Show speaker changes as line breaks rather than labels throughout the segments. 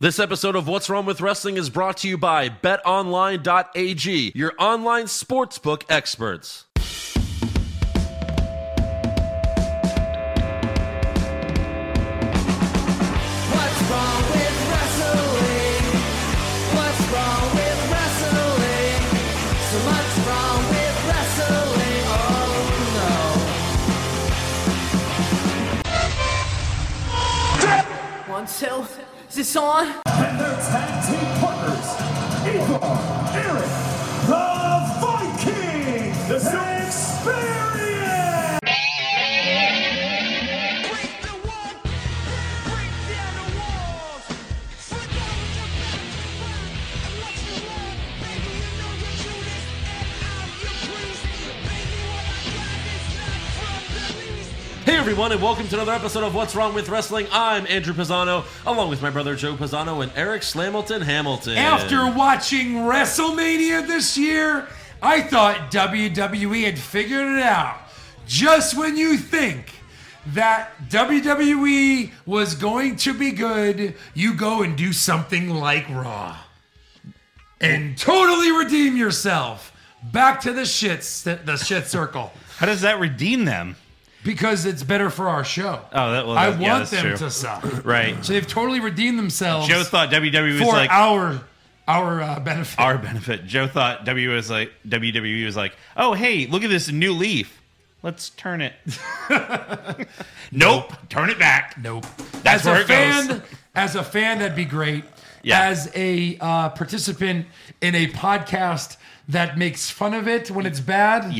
This episode of What's Wrong with Wrestling is brought to you by betonline.ag, your online sportsbook experts.
What's wrong with wrestling? What's wrong with wrestling? So much wrong with wrestling. Oh no. One, two, is this on?
and their tag team partners, Evil, Eric, the Viking, the Experience.
Break the wall, break down the walls. Fight on your back to fight, and what's wrong? Baby, you know your Judas, and I'm your priest. Baby, what I got is not from the least.
Hey everyone, and welcome to another episode of What's Wrong with Wrestling. I'm Andrew Pisano, along with my brother Joe Pisano and Eric Slamilton Hamilton.
After watching WrestleMania this year, I thought WWE had figured it out. Just when you think that WWE was going to be good, you go and do something like Raw and totally redeem yourself. Back to the shits, the shit circle,
How does that redeem them?
because it's better for our show.
Oh, that- well,
I
that-
want
yeah, that's
them
true.
to suck.
Right.
So they've totally redeemed themselves
Joe thought WWE was
for
like
our our uh, benefit.
our benefit. Joe thought WWE was like WWE was like, oh hey, look at this new leaf. Let's turn it. nope. Turn it back.
Nope.
That's
as
where
a
it
fan,
goes.
As a fan, that'd be great.
Yeah.
As a uh, participant in a podcast that makes fun of it when it's bad.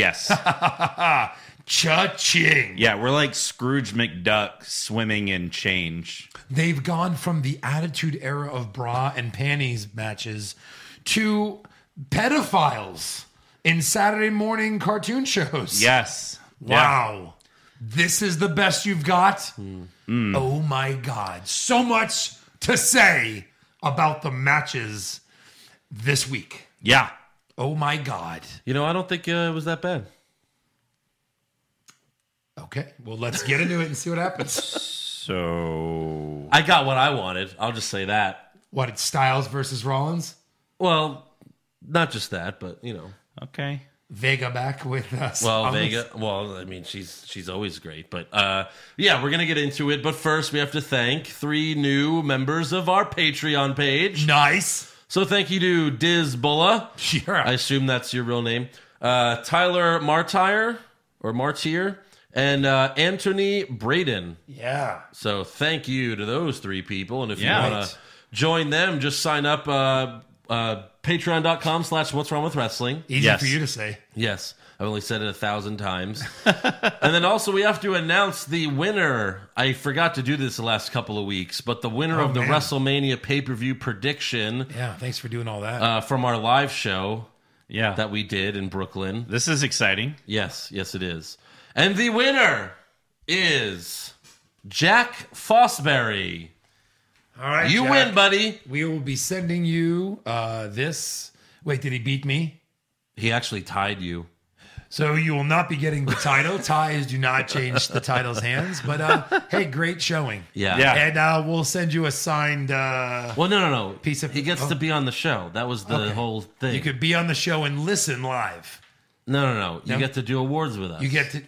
Yes.
Cha-ching.
Yeah, we're like Scrooge McDuck swimming in change.
They've gone from the attitude era of bra and panties matches to pedophiles in Saturday morning cartoon shows.
Yes. Yeah.
Wow. This is the best you've got?
Mm.
Oh my God. So much to say about the matches this week.
Yeah.
Oh my God.
you know, I don't think uh, it was that bad.
Okay. Well, let's get into it and see what happens.
So
I got what I wanted. I'll just say that.
What, it's Styles versus Rollins?
Well, not just that, but you know,
okay.
Vega back with us.
well,
on the-
Vega. Well, I mean, she's she's always great, but uh, yeah, we're gonna get into it. But first, we have to thank three new members of our Patreon page.
Nice.
So thank you to Diz Bulla.
Yeah.
I assume that's your real name. Uh, Tyler Martyr or Martyr and uh, Anthony Braden.
yeah.
So thank you to those three people. And if
Yeah.
you want
Right.
to join them, just sign up uh, uh, patreon.com slash what's wrong with wrestling.
Easy
Yes.
for you to say.
Yes, I've only said it a thousand times. and then also, we have to announce the winner. I forgot to do this the last couple of weeks, but the winner
Oh,
of the
man.
WrestleMania pay per view prediction
Yeah. Thanks for doing all that.
uh, from our live show
Yeah.
that we did in Brooklyn.
this is exciting.
Yes, yes, it is. And the winner is Jack Fosberry.
all right.
You
Jack.
win, buddy.
We will be sending you uh, this. Wait, did he beat me?
He actually tied you.
So you will not be getting the title. Ties do not change the title's hands, but uh, hey, great showing.
Yeah.
Yeah.
And uh, we'll send you a signed. Uh,
Well, no, no, no.
Piece of- oh.
he gets to be on the show. That was the
Okay.
whole thing.
you could be on the show and listen live.
no, no, no. You
No?
get to do awards with us.
You get to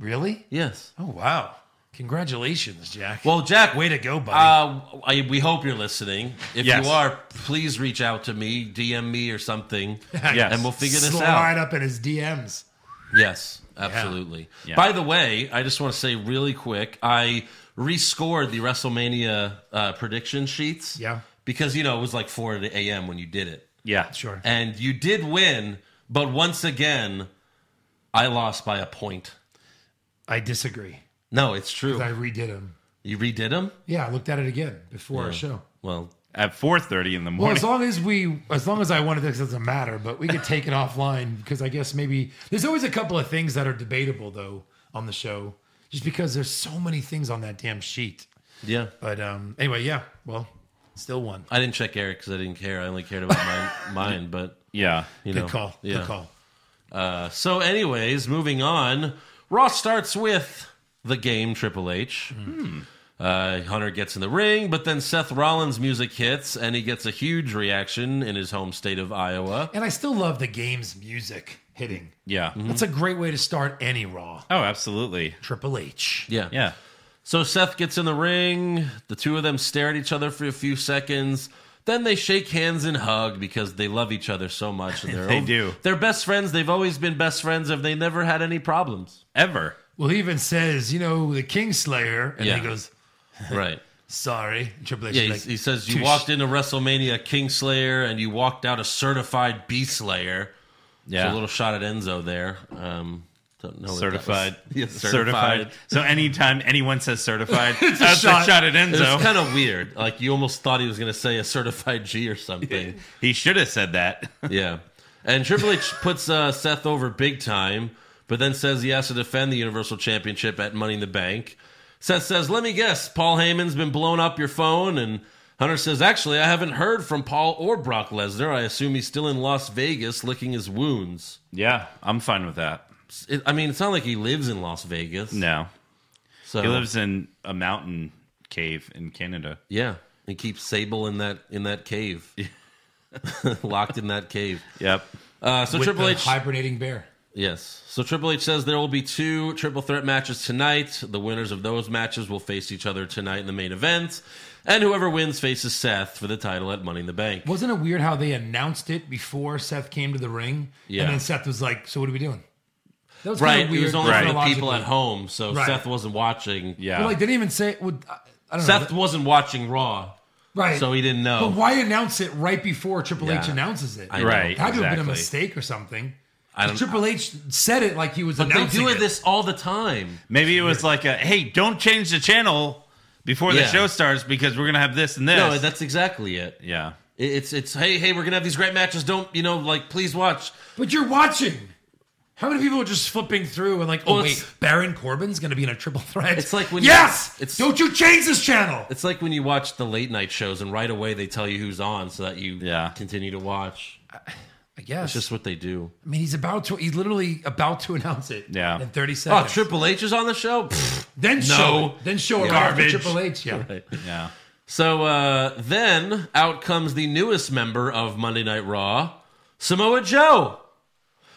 really?
yes.
Oh wow! Congratulations, Jack.
Well, Jack,
way to go, buddy.
Uh, I, we hope you're listening. If
Yes.
you are, please reach out to me, DM me or something,
Yes.
and we'll figure this out.
Slide up in his DMs.
Yes, absolutely.
Yeah.
By the way, I just want to say really quick, I rescored the WrestleMania uh, prediction sheets.
Yeah.
Because you know it was like four a.m. when you did it,
Yeah.
Sure.
and you did win, but once again, I lost by a point.
I disagree.
No, it's true.
I redid him.
You redid them.
Yeah, I looked at it again before our show.
Well,
At four thirty in the
Well,
morning.
as long as we, as long as I wanted this, it doesn't matter. But we could take it offline because I guess maybe there's always a couple of things that are debatable though on the show, just because there's so many things on that damn sheet.
yeah.
But um, anyway, yeah. Well, still one.
I didn't check Eric because I didn't care. I only cared about mine. mine, but
yeah.
you
Good
know,
call.
yeah.
Good call.
So,
Hmm.
anyways, moving on, Raw starts with the game Triple H. Uh, Hunter gets in the ring, but then Seth Rollins' music hits, and he gets a huge reaction in his home state of Iowa.
And I still love the game's music hitting.
Yeah.
Mm-hmm.
That's a great way to start any Raw.
Oh, absolutely.
Triple H.
Yeah.
Yeah.
So Seth gets in the ring. The two of them stare at each other for a few seconds. Then they shake hands and hug because they love each other so much. And they're
They do.
They're best friends. They've always been best friends. Have they never had any problems?
Ever.
Well, he even says, you know, the Kingslayer. And
Yeah.
he goes,
Right.
sorry. And Triple H
Yeah,
is
he,
like,
he says you
"Touche."
walked into WrestleMania Kingslayer and you walked out a certified Beast Slayer.
Yeah.
So a little shot at Enzo there. Um, don't know what that was.
certified.
Yeah,
certified.
certified.
So anytime anyone says certified, that's a
shot.
shot. at
It
Enzo.
was kind of weird. Like you almost thought he was going to say a certified G or something.
he should have said that.
Yeah. And Triple H puts uh, Seth over big time, but then says he has to defend the Universal Championship at Money in the Bank. Seth says, Let me guess, Paul Heyman's been blowing up your phone. And Hunter says, Actually, I haven't heard from Paul or Brock Lesnar. I assume he's still in Las Vegas licking his wounds.
yeah, I'm fine with that.
It- I mean, it's not like he lives in Las Vegas.
No.
So,
He lives in a mountain cave in Canada.
Yeah. He keeps Sable in that in that cave, locked in that cave.
Yep.
Uh, so
with
Triple
the
H
hibernating bear.
Yes. So Triple H says there will be two triple threat matches tonight. The winners of those matches will face each other tonight in the main event, and whoever wins faces Seth for the title at Money in the Bank.
Wasn't it weird how they announced it before Seth came to the ring?
Yeah.
And then Seth was like, so what are we doing? That was
Right.
kinda
It was only for the
chronologically.
people at home, so
Right.
Seth wasn't watching.
Yeah.
But like, they didn't even say, would, I I don't know.
Seth wasn't watching Raw,
Right.
so he didn't know.
But why announce it right before Triple H
Yeah.
announces it?
I know.
right.
That had to have been a
exactly.
mistake or something.
I don't-
Triple H said it like he was
But they
announcing
do it
it.
this all the time.
Maybe it was like a hey, don't change the channel before the
Yeah.
show starts because we're gonna have this and this.
No, that's exactly it.
yeah.
It- It's it's hey hey we're gonna have these great matches. Don't you know like please watch.
But you're watching. How many people are just flipping through and like, oh
Well,
wait,
it's-
Baron Corbin's going to be in a triple threat?
It's like when you-
yes,
it's-
don't you change this channel?
It's like when you watch the late night shows and right away they tell you who's on so that you
Yeah.
continue to watch.
I guess.
It's just what they do.
I mean, he's about to. He's literally about to announce it.
Yeah.
In 30
Oh,
seconds.
Triple H is on the show. Pfft.
Then show.
No.
It. Then show it
Yeah.
right after
Garbage.
Triple H. Yeah.
Yeah.
so uh, then out comes the newest member of Monday Night Raw, Samoa Joe.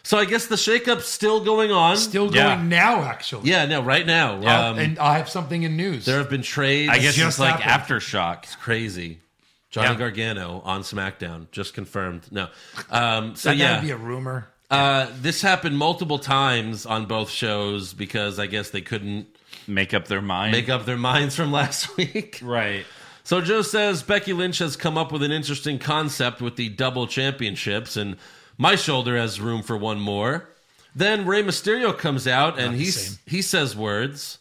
So I guess the shakeup's still going on.
Still going
Yeah.
now, actually. Uh,
yeah, no, right now.
Yeah,
Um,
And I have something in news.
there have been trades.
I guess
just
it's like
happened.
aftershock.
crazy. Johnny
Yeah.
Gargano on SmackDown just confirmed. No, um, so
that
yeah,
would be a rumor.
uh, this happened multiple times on both shows because I guess they couldn't
Make up their mind.
make up their minds from last week.
right.
So Joe says Becky Lynch has come up with an interesting concept with the double championships, and my shoulder has room for one more. Then Rey Mysterio comes out and he
same.
he says words.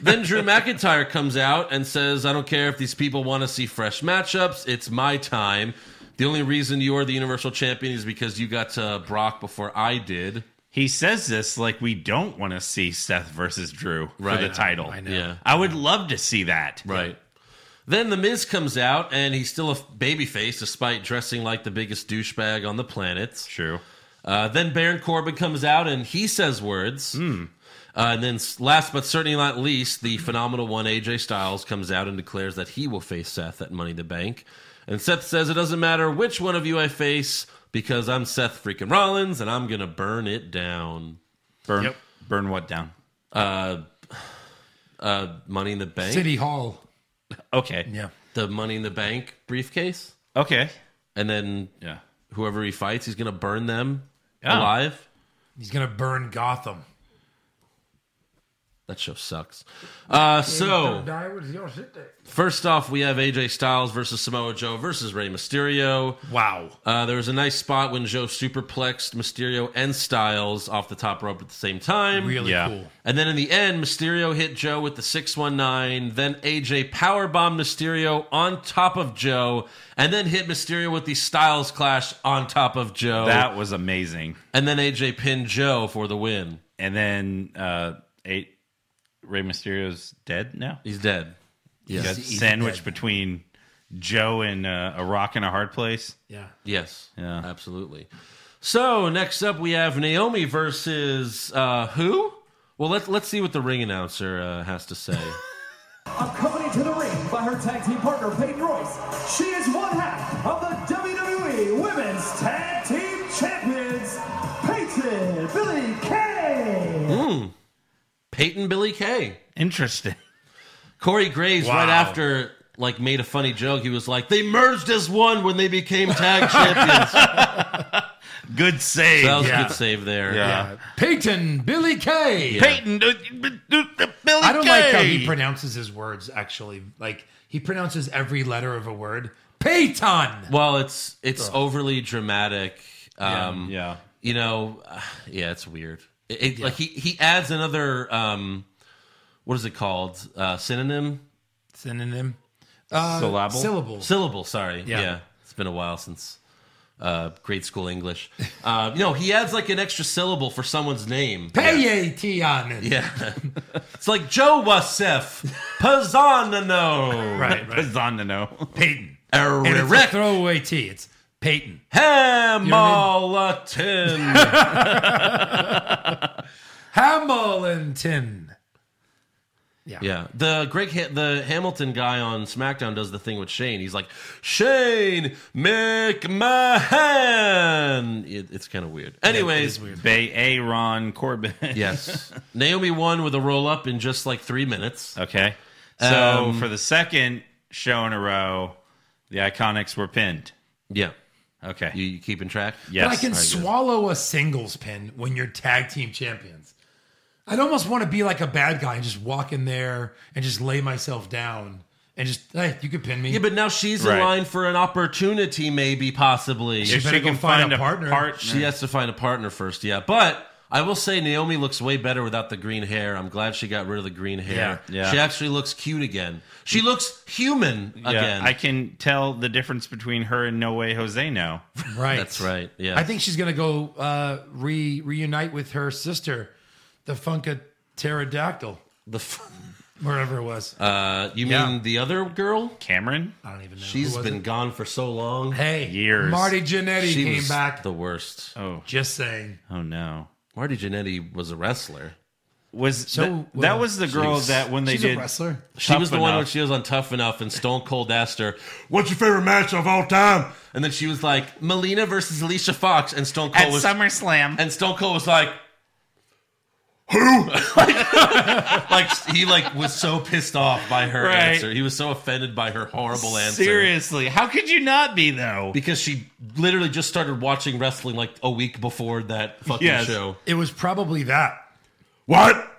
Then Drew McIntyre comes out and says, "I don't care if these people want to see fresh matchups. It's my time. The only reason you are the Universal Champion is because you got to Brock before I did."
He says this like we don't want to see Seth versus Drew
Right.
for the title.
I know.
Yeah.
I would love to see that.
Right. Then the Miz comes out and he's still a babyface despite dressing like the biggest douchebag on the planet.
True.
Uh, then Baron Corbin comes out and he says words. Uh, and then, s- last but certainly not least, the phenomenal one AJ Styles comes out and declares that he will face Seth at Money in the Bank. And Seth says, It doesn't matter which one of you I face because I'm Seth freaking Rollins and I'm going to burn it down. Uh,
Burn
Yep.
burn what down?
Money in the Bank?
City Hall.
Okay.
Yeah.
The Money in the Bank briefcase.
Okay.
And then
Yeah.
whoever he fights, he's going to burn them
Yeah.
alive.
He's gonna burn Gotham.
That show sucks. Uh, so. First off, we have AJ Styles versus Samoa Joe versus Rey Mysterio.
Wow.
Uh, there was a nice spot when Joe superplexed Mysterio and Styles off the top rope at the same time.
Really
Yeah.
cool.
And then in the end, Mysterio hit Joe with the 619. Then AJ powerbombed Mysterio on top of Joe. And then hit Mysterio with the Styles clash on top of Joe.
That was amazing.
and then AJ pinned Joe for the win.
And then uh eight Rey Mysterio's dead now?
He's dead.
Got
he's dead.
sandwiched between Joe and uh, a rock and a hard place.
Yeah.
Yes.
Yeah.
Absolutely. So next up we have Naomi versus uh, who? Well, let's let's see what the ring announcer uh, has to say.
accompanied to the ring by her tag team partner Peyton Royce. She is one half of the WWE Women's Tag Team Champions, Peyton Billy Kay.
Peyton Billy Kay.
Interesting.
Corey Graves,
Wow.
right after, like, made a funny joke. He was like, they merged as one when they became tag champions. that
Good save.
was a
Yeah.
good save there.
yeah.
Uh, Peyton Billy Kay.
Peyton, uh, uh, uh, uh, Billy
I don't like how he
Kay.
pronounces his words. Actually, like he pronounces every letter of a word. Peyton.
Well, it's it's overly dramatic. Um,
Yeah.
You know, uh, yeah, it's weird. It, it- Like he he adds another um, what is it called? Uh, synonym
Synonym. Uh,
Syllable?
Syllable.
syllable. Sorry.
Yeah.
Yeah. it's been a while since uh, grade school English. Uh, you know, he adds like an extra syllable for someone's name.
Peyton.
Yeah, it's like Joe Wasef Pazanano.
Right. Right.
Pizzanino.
Peyton. And it's a
Erect
throwaway T. It's Peyton.
Hamalatin.
Hamilton.
yeah, the Greg, ha- the Hamilton guy on SmackDown does the thing with Shane. He's like Shane McMahon. It- it's kind of weird. Anyways,
Bay A. Ron Corbin.
yes, Naomi won with a roll up in just like three minutes.
Okay. So
Um,
for the second show in a row, the Iconics were pinned.
Yeah,
Okay.
you, you keeping track?
But
yes.
I can
good.
swallow a singles pin when you're tag team champions. I'd almost want to be like a bad guy and just walk in there and just lay myself down and just, hey, you could pin me.
Yeah, but now she's
Right.
in line for an opportunity, maybe, possibly.
She better go find a partner.
She has to find a partner first, yeah. But I will say Naomi looks way better without the green hair. I'm glad she got rid of the green hair.
Yeah, yeah.
She actually looks cute again. She looks human
yeah,
again.
I can tell the difference between her and No Way Jose now.
right.
That's right. Yeah.
I think she's going to go uh, re- reunite with her sister, the Funka Pterodactyl,
the f-
wherever it was.
uh, you
Yeah.
mean the other girl?
Cameron?
I don't even know.
She's
Who was
been
it?
gone for so long.
Hey,
years.
Marty Jannetty
she
came
was
back.
the worst.
Oh,
just saying.
oh no.
Marty Jannetty was a wrestler.
Was
So,
that,
uh,
that was the girl
she's-
that when they
She's
did
a wrestler.
She
Tough
was the one
Enough.
when she was on Tough Enough, and Stone Cold asked her, "What's your favorite match of all time?" And then she was like, "Melina versus Alicia Fox," and Stone Cold
at
was
SummerSlam.
and Stone Cold was like, "Who?" like, he like was so pissed off by her
Right.
answer. He was so offended by her horrible answer
Seriously, how could you not be though?
because she literally just started watching wrestling like a week before that fucking
Yes.
show.
It was probably that.
What?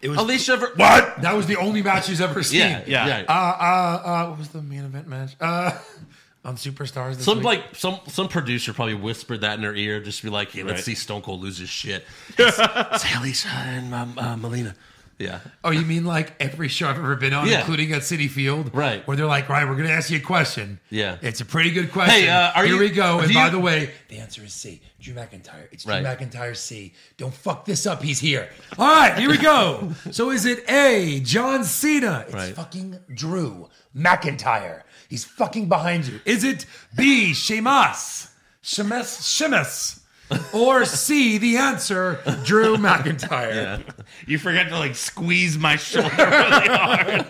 It was
Alicia? Ver- what?
that was the only match she's ever seen.
Yeah, yeah.
Yeah.
Uh, uh, uh, what was the main event match? Uh, on Superstars. This
Some
week?
like some some producer probably whispered that in her ear, just to be like, "Hey, let's
Right.
see Stone Cold lose his shit." It's, it's Alicia and um, uh, Melina. Yeah,
Oh, you mean like every show I've ever been on,
Yeah.
including at City Field,
Right.
Where they're like, right, we're going to ask you a question.
Yeah.
it's a pretty good question.
Hey, uh, are
here
you-
we go.
do
And by
you-
the way, the answer is C. Drew McIntyre. It's Drew
Right.
McIntyre. C. Don't fuck this up. He's here. All right, here we go. so is it A. John Cena? It's
Right.
fucking Drew McIntyre. He's fucking behind you. Is it B. Sheamus? Sheamus? Sheamus? or C, the answer, Drew McIntyre.
You forgot to like squeeze my shoulder really hard.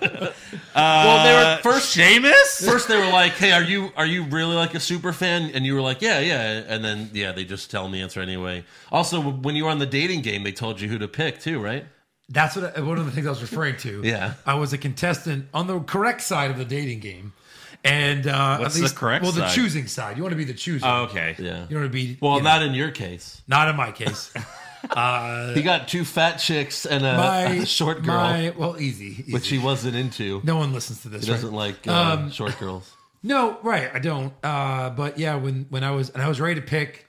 well, they were
First
first.
Sheamus?
First, they were like, "Hey, are you are you really like a super fan?" And you were like, "Yeah, yeah." And then yeah, they just tell me answer anyway. Also, when you were on the dating game, they told you who to pick too, right?
That's what I, one of the things I was referring to.
Yeah.
I was a contestant on the correct side of the dating game, and uh,
What's
at
the
least,
correct
Well, the
side?
choosing side. You want to be the chooser.
Oh, okay.
Yeah.
You want to be
Well,
you know,
not in your case.
not in my case.
He got two fat chicks and a,
My
a short girl,
My, well, easy.
which
easy.
he wasn't into.
no one listens to this.
He doesn't
right?
like uh, short girls.
No, right? I don't. Uh, but yeah, when when I was and I was ready to pick.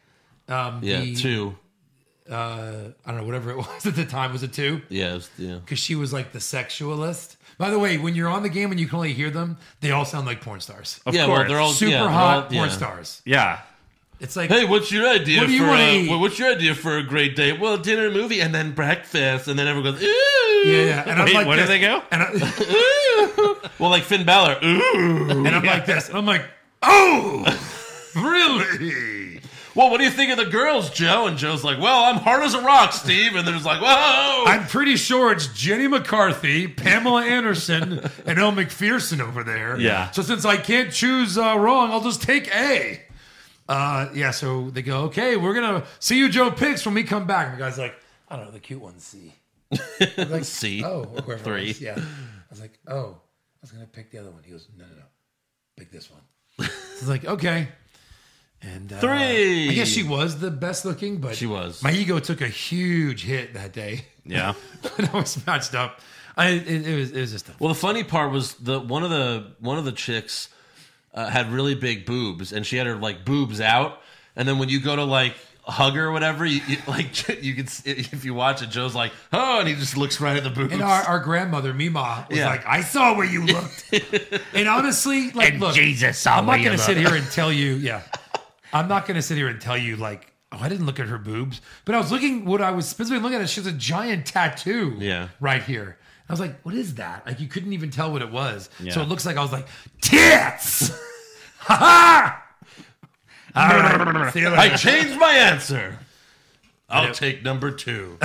Um,
Yeah,
the,
two.
Uh, I don't know whatever it was at the time was a two.
Yeah, it was- yeah.
because she was like the sexualist. By the way, when you're on the game and you can only hear them, they all sound like porn stars.
Of
yeah,
course.
Oh, well, they're all
Super
yeah, they're all-
hot porn
yeah.
stars.
Yeah.
It's like
Hey, what's your idea
What do you
for
wanna
a,
eat?
wha- what's your idea for a great day? Well, dinner, movie, and then breakfast, and then everyone goes, ooh.
yeah, yeah. And I'm
Wait,
like,
where do
this-
they go?
And, I, and
Well, like Finn Balor, ooh.
I'm like this. And I'm like, oh, really?
well, what do you think of the girls, Joe? And Joe's like, well, I'm hard as a rock, Steve. And there's like, whoa.
I'm pretty sure it's Jenny McCarthy, Pamela Anderson, and El McPherson over there.
Yeah.
So since I can't choose uh, wrong, I'll just take A. Uh, yeah. So they go, okay, we're gonna see you, Joe Picks, when we come back. And the guy's like, I don't know, the cute one's C. I'm like,
C.
Oh, or whoever. it
Three.
was. Yeah. I was like, oh, I was gonna pick the other one. He goes, no, no, no, pick this one. It's like, okay. And uh,
Three.
I guess she was the best looking, but
She was.
My ego took a huge hit that day.
Yeah.
when I was matched up. I it, it was it was just a,
Well, the funny part was the one of the one of the chicks uh, had really big boobs, and she had her like boobs out. And then when you go to like hug her or whatever, you, you like you can s- if you watch it, Joe's like, oh, and he just looks right at the boobs.
and our, our grandmother Mima was
Yeah.
like, I saw where you looked. and honestly, like look,
Jesus saw
I'm not gonna sit here and tell you, yeah. I'm not gonna sit here and tell you like, oh, I didn't look at her boobs. But I was looking what I was specifically looking at, she has a giant tattoo
Yeah.
right here. I was like, what is that? Like you couldn't even tell what it was. So
Yeah.
it looks like I was like, tits! ha ha! All right. See you later.
I changed my answer. I'll take number two.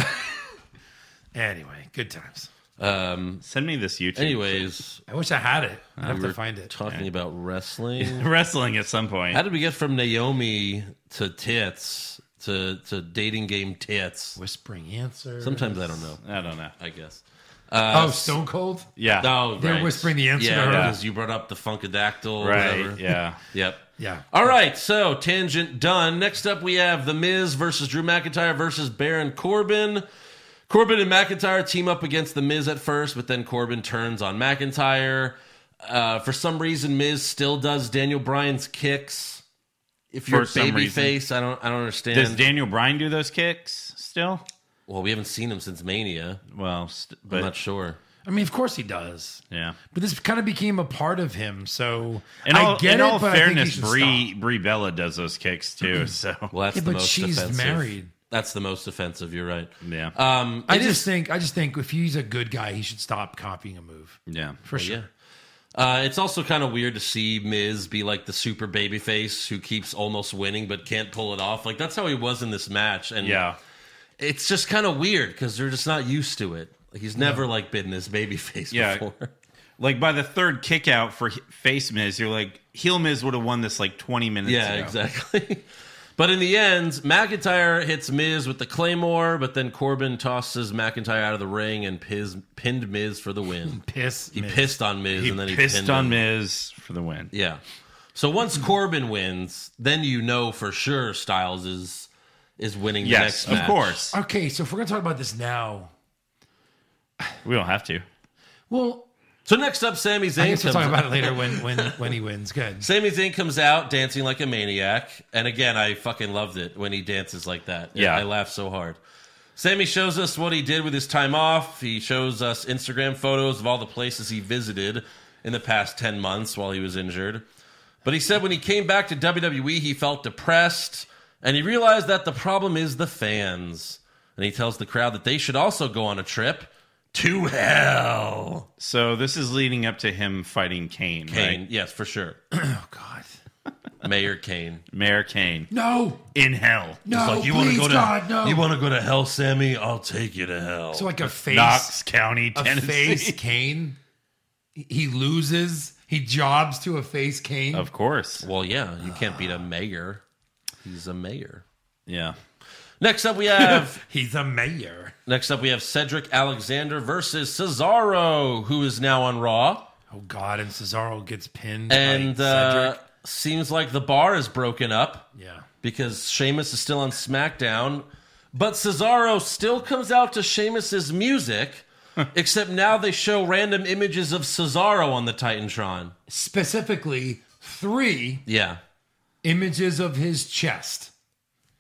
Anyway, good times.
Um,
Send me this YouTube.
anyways,
I wish I had it. I'd have
we
to
were
find it.
Talking about wrestling,
Wrestling at some point.
how did we get from Naomi to tits to to dating game tits?
Whispering answer.
Sometimes I don't know.
I don't know.
I guess.
Oh, Stone Cold.
Yeah.
No,
They're whispering the answer
Yeah,
to her.
because you brought up the funkadactyl.
Right.
Whatever.
Yeah.
Yep.
Yeah.
All right. So tangent done. Next up, we have The Miz versus Drew McIntyre versus Baron Corbin. Corbin and McIntyre team up against The Miz at first, but then Corbin turns on McIntyre. Uh, for some reason, Miz still does Daniel Bryan's kicks. If you're
For some reason.
babyface, I don't, I don't understand.
Does Daniel Bryan do those kicks still?
well, we haven't seen him since Mania.
Well, st-
I'm
but
not sure.
I mean, of course he does.
yeah.
But this kind of became a part of him. So
In all,
I get
in
it.
all
but
fairness,
I think he should
Brie Brie Bella does those kicks too. So
Mm-hmm. Well, that's
Yeah,
the
but
most
she's
offensive.
married.
That's the most offensive. You're right.
yeah,
Um,
stop. I
it
just
is-
think I just think if he's a good guy, he should stop copying a move
yeah.
for sure.
Oh, Yeah. Uh, it's also kind of weird to see Miz be like the super babyface who keeps almost winning but can't pull it off. Like that's how he was in this match, and
Yeah.
it's just kind of weird because they're just not used to it. Like he's never like been this babyface
Yeah.
before.
Like by the third kick out for he- face Miz, you're like heel Miz would have won this like 20 minutes
Yeah,
ago.
exactly. But in the end, McIntyre hits Miz with the claymore, but then Corbin tosses McIntyre out of the ring and piz- pinned Miz for the win.
Piss.
He
Miz.
pissed on Miz,
He
and then he
pissed
pinned
on
him.
Miz for the win.
Yeah. So once
Mm-hmm.
Corbin wins, then you know for sure Styles is is winning the next
Yes, of
match.
course.
Okay, so if we're gonna talk about this now,
We don't have to.
well,
So next up, Sami
I
Zayn
guess we'll
comes.
talk about it later when when when he wins. Good.
Sami Zayn comes out dancing like a maniac, and again, I fucking loved it when he dances like that.
Yeah.
I laugh so hard. Sammy shows us what he did with his time off. He shows us Instagram photos of all the places he visited in the past ten months while he was injured. But he said when he came back to WWE, he felt depressed and he realized that the problem is the fans. And he tells the crowd that they should also go on a trip to hell.
So this is leading up to him fighting Kane.
Kane,
Right?
yes, for sure.
Oh God.
Mayor Kane.
Mayor Kane
No.
in hell.
No.
It's like you want
please,
to go to
God, no.
you want to go to hell, Sammy. I'll take you to hell.
Oh. so like a face.
Knox County,
a
Tennessee.
face Kane. He loses. He jobs to a face Kane.
Of course.
well, yeah, you can't beat a mayor. He's a mayor.
Yeah.
Next up, we have
He's a mayor.
next up we have Cedric Alexander versus Cesaro, who is now on Raw,
Oh God! And Cesaro gets pinned.
and
by
uh,
Cedric.
seems like the bar is broken up
yeah,
because Sheamus is still on SmackDown, but Cesaro still comes out to Sheamus's music. Except now they show random images of Cesaro on the Titantron.
specifically three
Yeah.
images of his chest.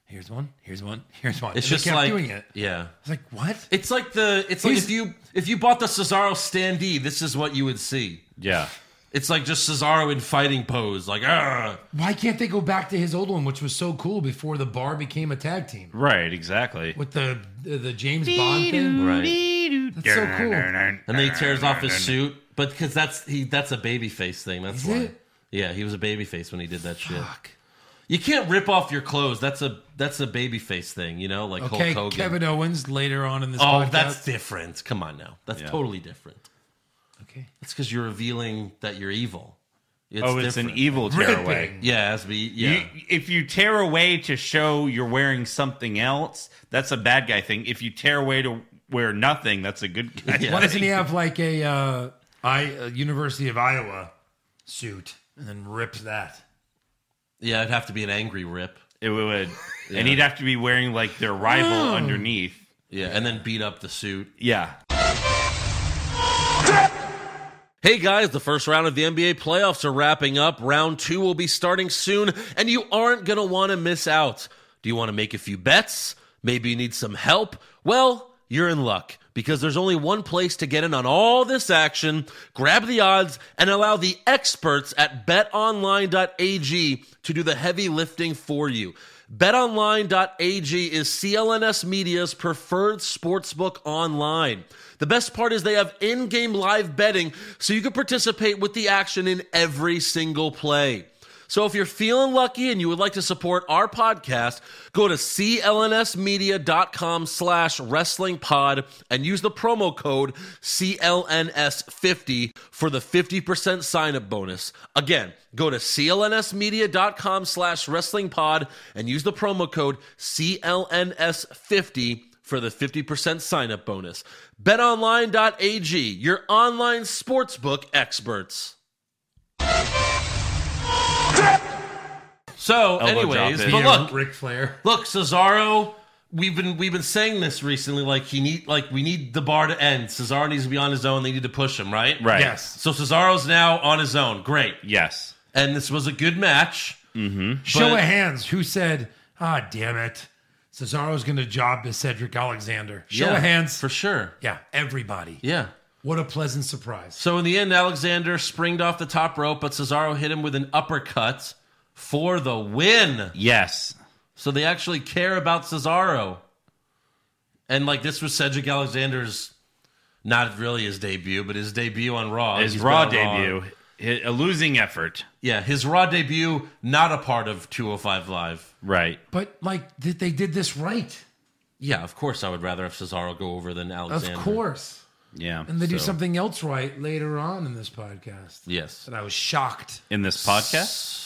Here's one. Here's one. Here's one.
It's
and they
just
kept
like
doing it.
Yeah.
It's like what?
It's like the it's like
He's-
if you if you bought the Cesaro standee, this is what you would see.
Yeah.
It's like just Cesaro in fighting pose, like ah.
Why can't they go back to his old one, which was so cool before the bar became a tag team
Right. Exactly.
with the the, the James Bond thing?
Right.
That's so cool.
And then he tears off his suit, but because that's he that's a babyface thing. That's
Is
why.
it?
Yeah, he was a babyface when he did that shit.
Fuck.
You can't rip off your clothes. That's a that's a babyface thing, you know, like
Okay,
Hulk Hogan.
Kevin Owens later on in this
oh,
podcast.
that's different. Come on now. That's
Yeah.
totally different.
okay.
That's because you're revealing that you're evil. It's
oh, it's an E-
different.
evil tear away.
Ripping.
Yeah, as we yeah.
You, if you tear away to show you're wearing something else, that's a bad guy thing. If you tear away to wear nothing, that's a good guy.
Yeah. What
Why
thing.
doesn't he have like a uh, I uh, University of Iowa suit and then rips that?
yeah, it'd have to be an angry rip.
It would, and he'd have to be wearing like their rival
Oh.
underneath.
Yeah, and then beat up the suit.
Yeah,
Hey guys, the first round of the NBA playoffs are wrapping up. Round two will be starting soon, and you aren't going to want to miss out. Do you want to make a few bets? Maybe you need some help? Well, you're in luck because there's only one place to get in on all this action, grab the odds, and allow the experts at betonline.ag to do the heavy lifting for you. BetOnline.ag is CLNS Media's preferred sportsbook online. The best part is they have in game live betting, so you can participate with the action in every single play. So if you're feeling lucky and you would like to support our podcast, go to clnsmedia.com slash wrestling pod and use the promo code CLNS50 for the 50% sign-up bonus. Again, go to clnsmedia.com slash wrestling pod and use the promo code CLNS50 for the 50% sign-up bonus. BetOnline.ag, your online sportsbook experts. So,
Elbow drop
anyways,
in.
but
Yeah,
look,
Ric Flair.
look, Cesaro. We've been we've been saying this recently. Like he need like we need the bar to end. Cesaro needs to be on his own. They need to push him, right?
right.
Yes.
So Cesaro's now on his own. Great.
yes.
And this was a good match.
Show
But-
of hands. Who said, ah, damn it. Cesaro's going to job to Cedric Alexander. Show
Yeah,
of hands.
for sure.
yeah, everybody.
Yeah.
What a pleasant surprise.
So in the end, Alexander springed off the top rope, but Cesaro hit him with an uppercut for the win.
Yes.
So they actually care about Cesaro. And like this was Cedric Alexander's, not really his debut, but his debut on Raw.
His
He's
raw
been on
debut, hi- a losing effort.
Yeah, his Raw debut, not a part of 205 Live.
Right.
But like, th- they did this right.
Yeah, of course I would rather have Cesaro go over than
Of
Alexander.
course.
Yeah.
And they do
So-
something else right later on in this podcast.
Yes.
And I was shocked.
in this podcast.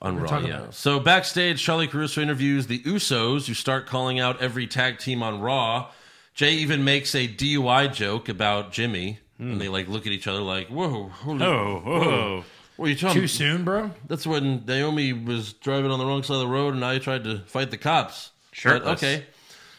On Raw,
talking
yeah.
about-
So backstage, Charlie Caruso interviews the Usos, who start calling out every tag team on Raw. Jay even makes a DUI joke about Jimmy, and they like look at each other like, "Whoa, holy,
Oh, oh.
what are you talking?"
Too soon, bro?
That's when Naomi was driving on the wrong side of the road, and I tried to fight the cops.
Shirtless.
But, okay.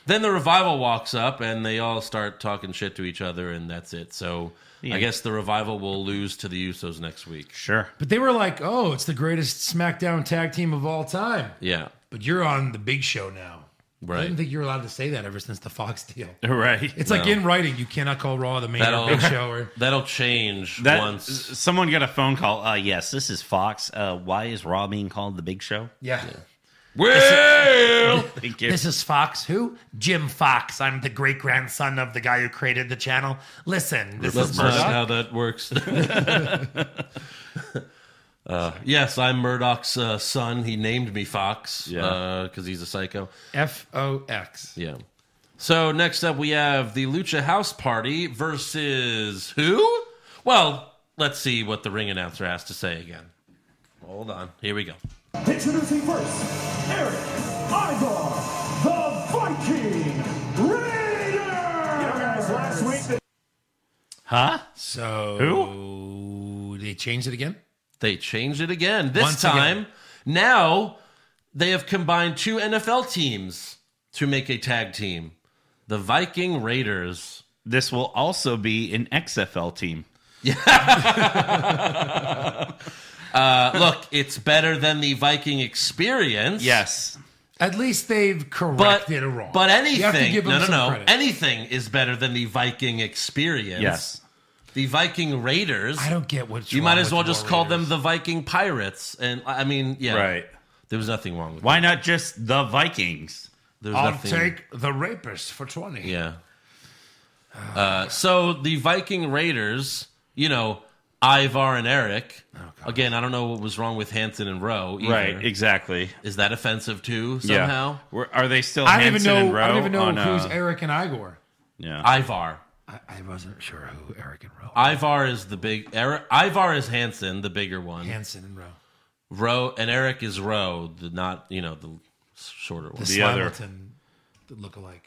Then the revival walks up, and they all start talking shit to each other, and that's it. So I
end.
guess the revival will lose to the Usos next week.
Sure.
But they were like, oh, it's the greatest SmackDown tag team of all time.
Yeah.
But you're on the big show now. I
Right.
didn't think you were allowed to say that ever since the Fox deal.
Right.
It's like
No.
in writing, you cannot call Raw the main or
That'll-
big show. Or,
That'll change
That
once.
someone got a phone call. Uh, yes, this is Fox. Uh, why is Raw being called the Big Show?
yeah.
Well,
Thank you.
This is Fox. Who? Jim Fox. I'm the great grandson of the guy who created the channel. Listen, this
that's
is
not
Murdoch.
how that works. Uh, yes, I'm Murdoch's uh, son. He named me Fox because
Yeah.
he's a psycho.
F O X.
Yeah. So next up, we have the Lucha House Party versus who? Well, let's see what the ring announcer has to say again. Hold on. Here we go.
Introducing first, Eric Ivar, the Viking Raider. last week
Huh?
So they changed it again.
They changed it again. This
Once again.
time, now they have combined two NFL teams to make a tag team the Viking Raiders.
This will also be an XFL team.
Uh, look, it's better than the Viking experience.
Yes.
At least they've
But,
corrected a wrong.
but anything,
You have to give them
no, no,
some
no.
credit.
Anything is better than the Viking experience.
Yes.
the Viking Raiders.
I don't get what's
you
wrong
might as
with
well
Raw
just call them
Raiders.
the Viking Pirates. And I I mean, yeah,
Right.
There was nothing wrong with.
Why not just the Vikings?
There's
I'll
nothing.
take the rapist for twenty.
yeah. Uh, so the Viking Raiders, you know, Ivar and Eric. Again, I don't know what was wrong with Hanson and Rowe. Either.
Oh, Right, exactly.
Is that offensive too somehow?
Yeah. Were- Are they still
I don't
Hanson
even
and
know.
Rowe?
I don't even know
on,
who's
uh,
Eric and Igor.
yeah.
Ivar.
I, I wasn't sure who Eric and Roe.
Ivar is the big. Eric, Ivar is Hanson, the bigger one.
Hanson and Roe.
Rowe and Eric is Rowe, the not you know the shorter one.
The,
The other.
Slamilton look alike.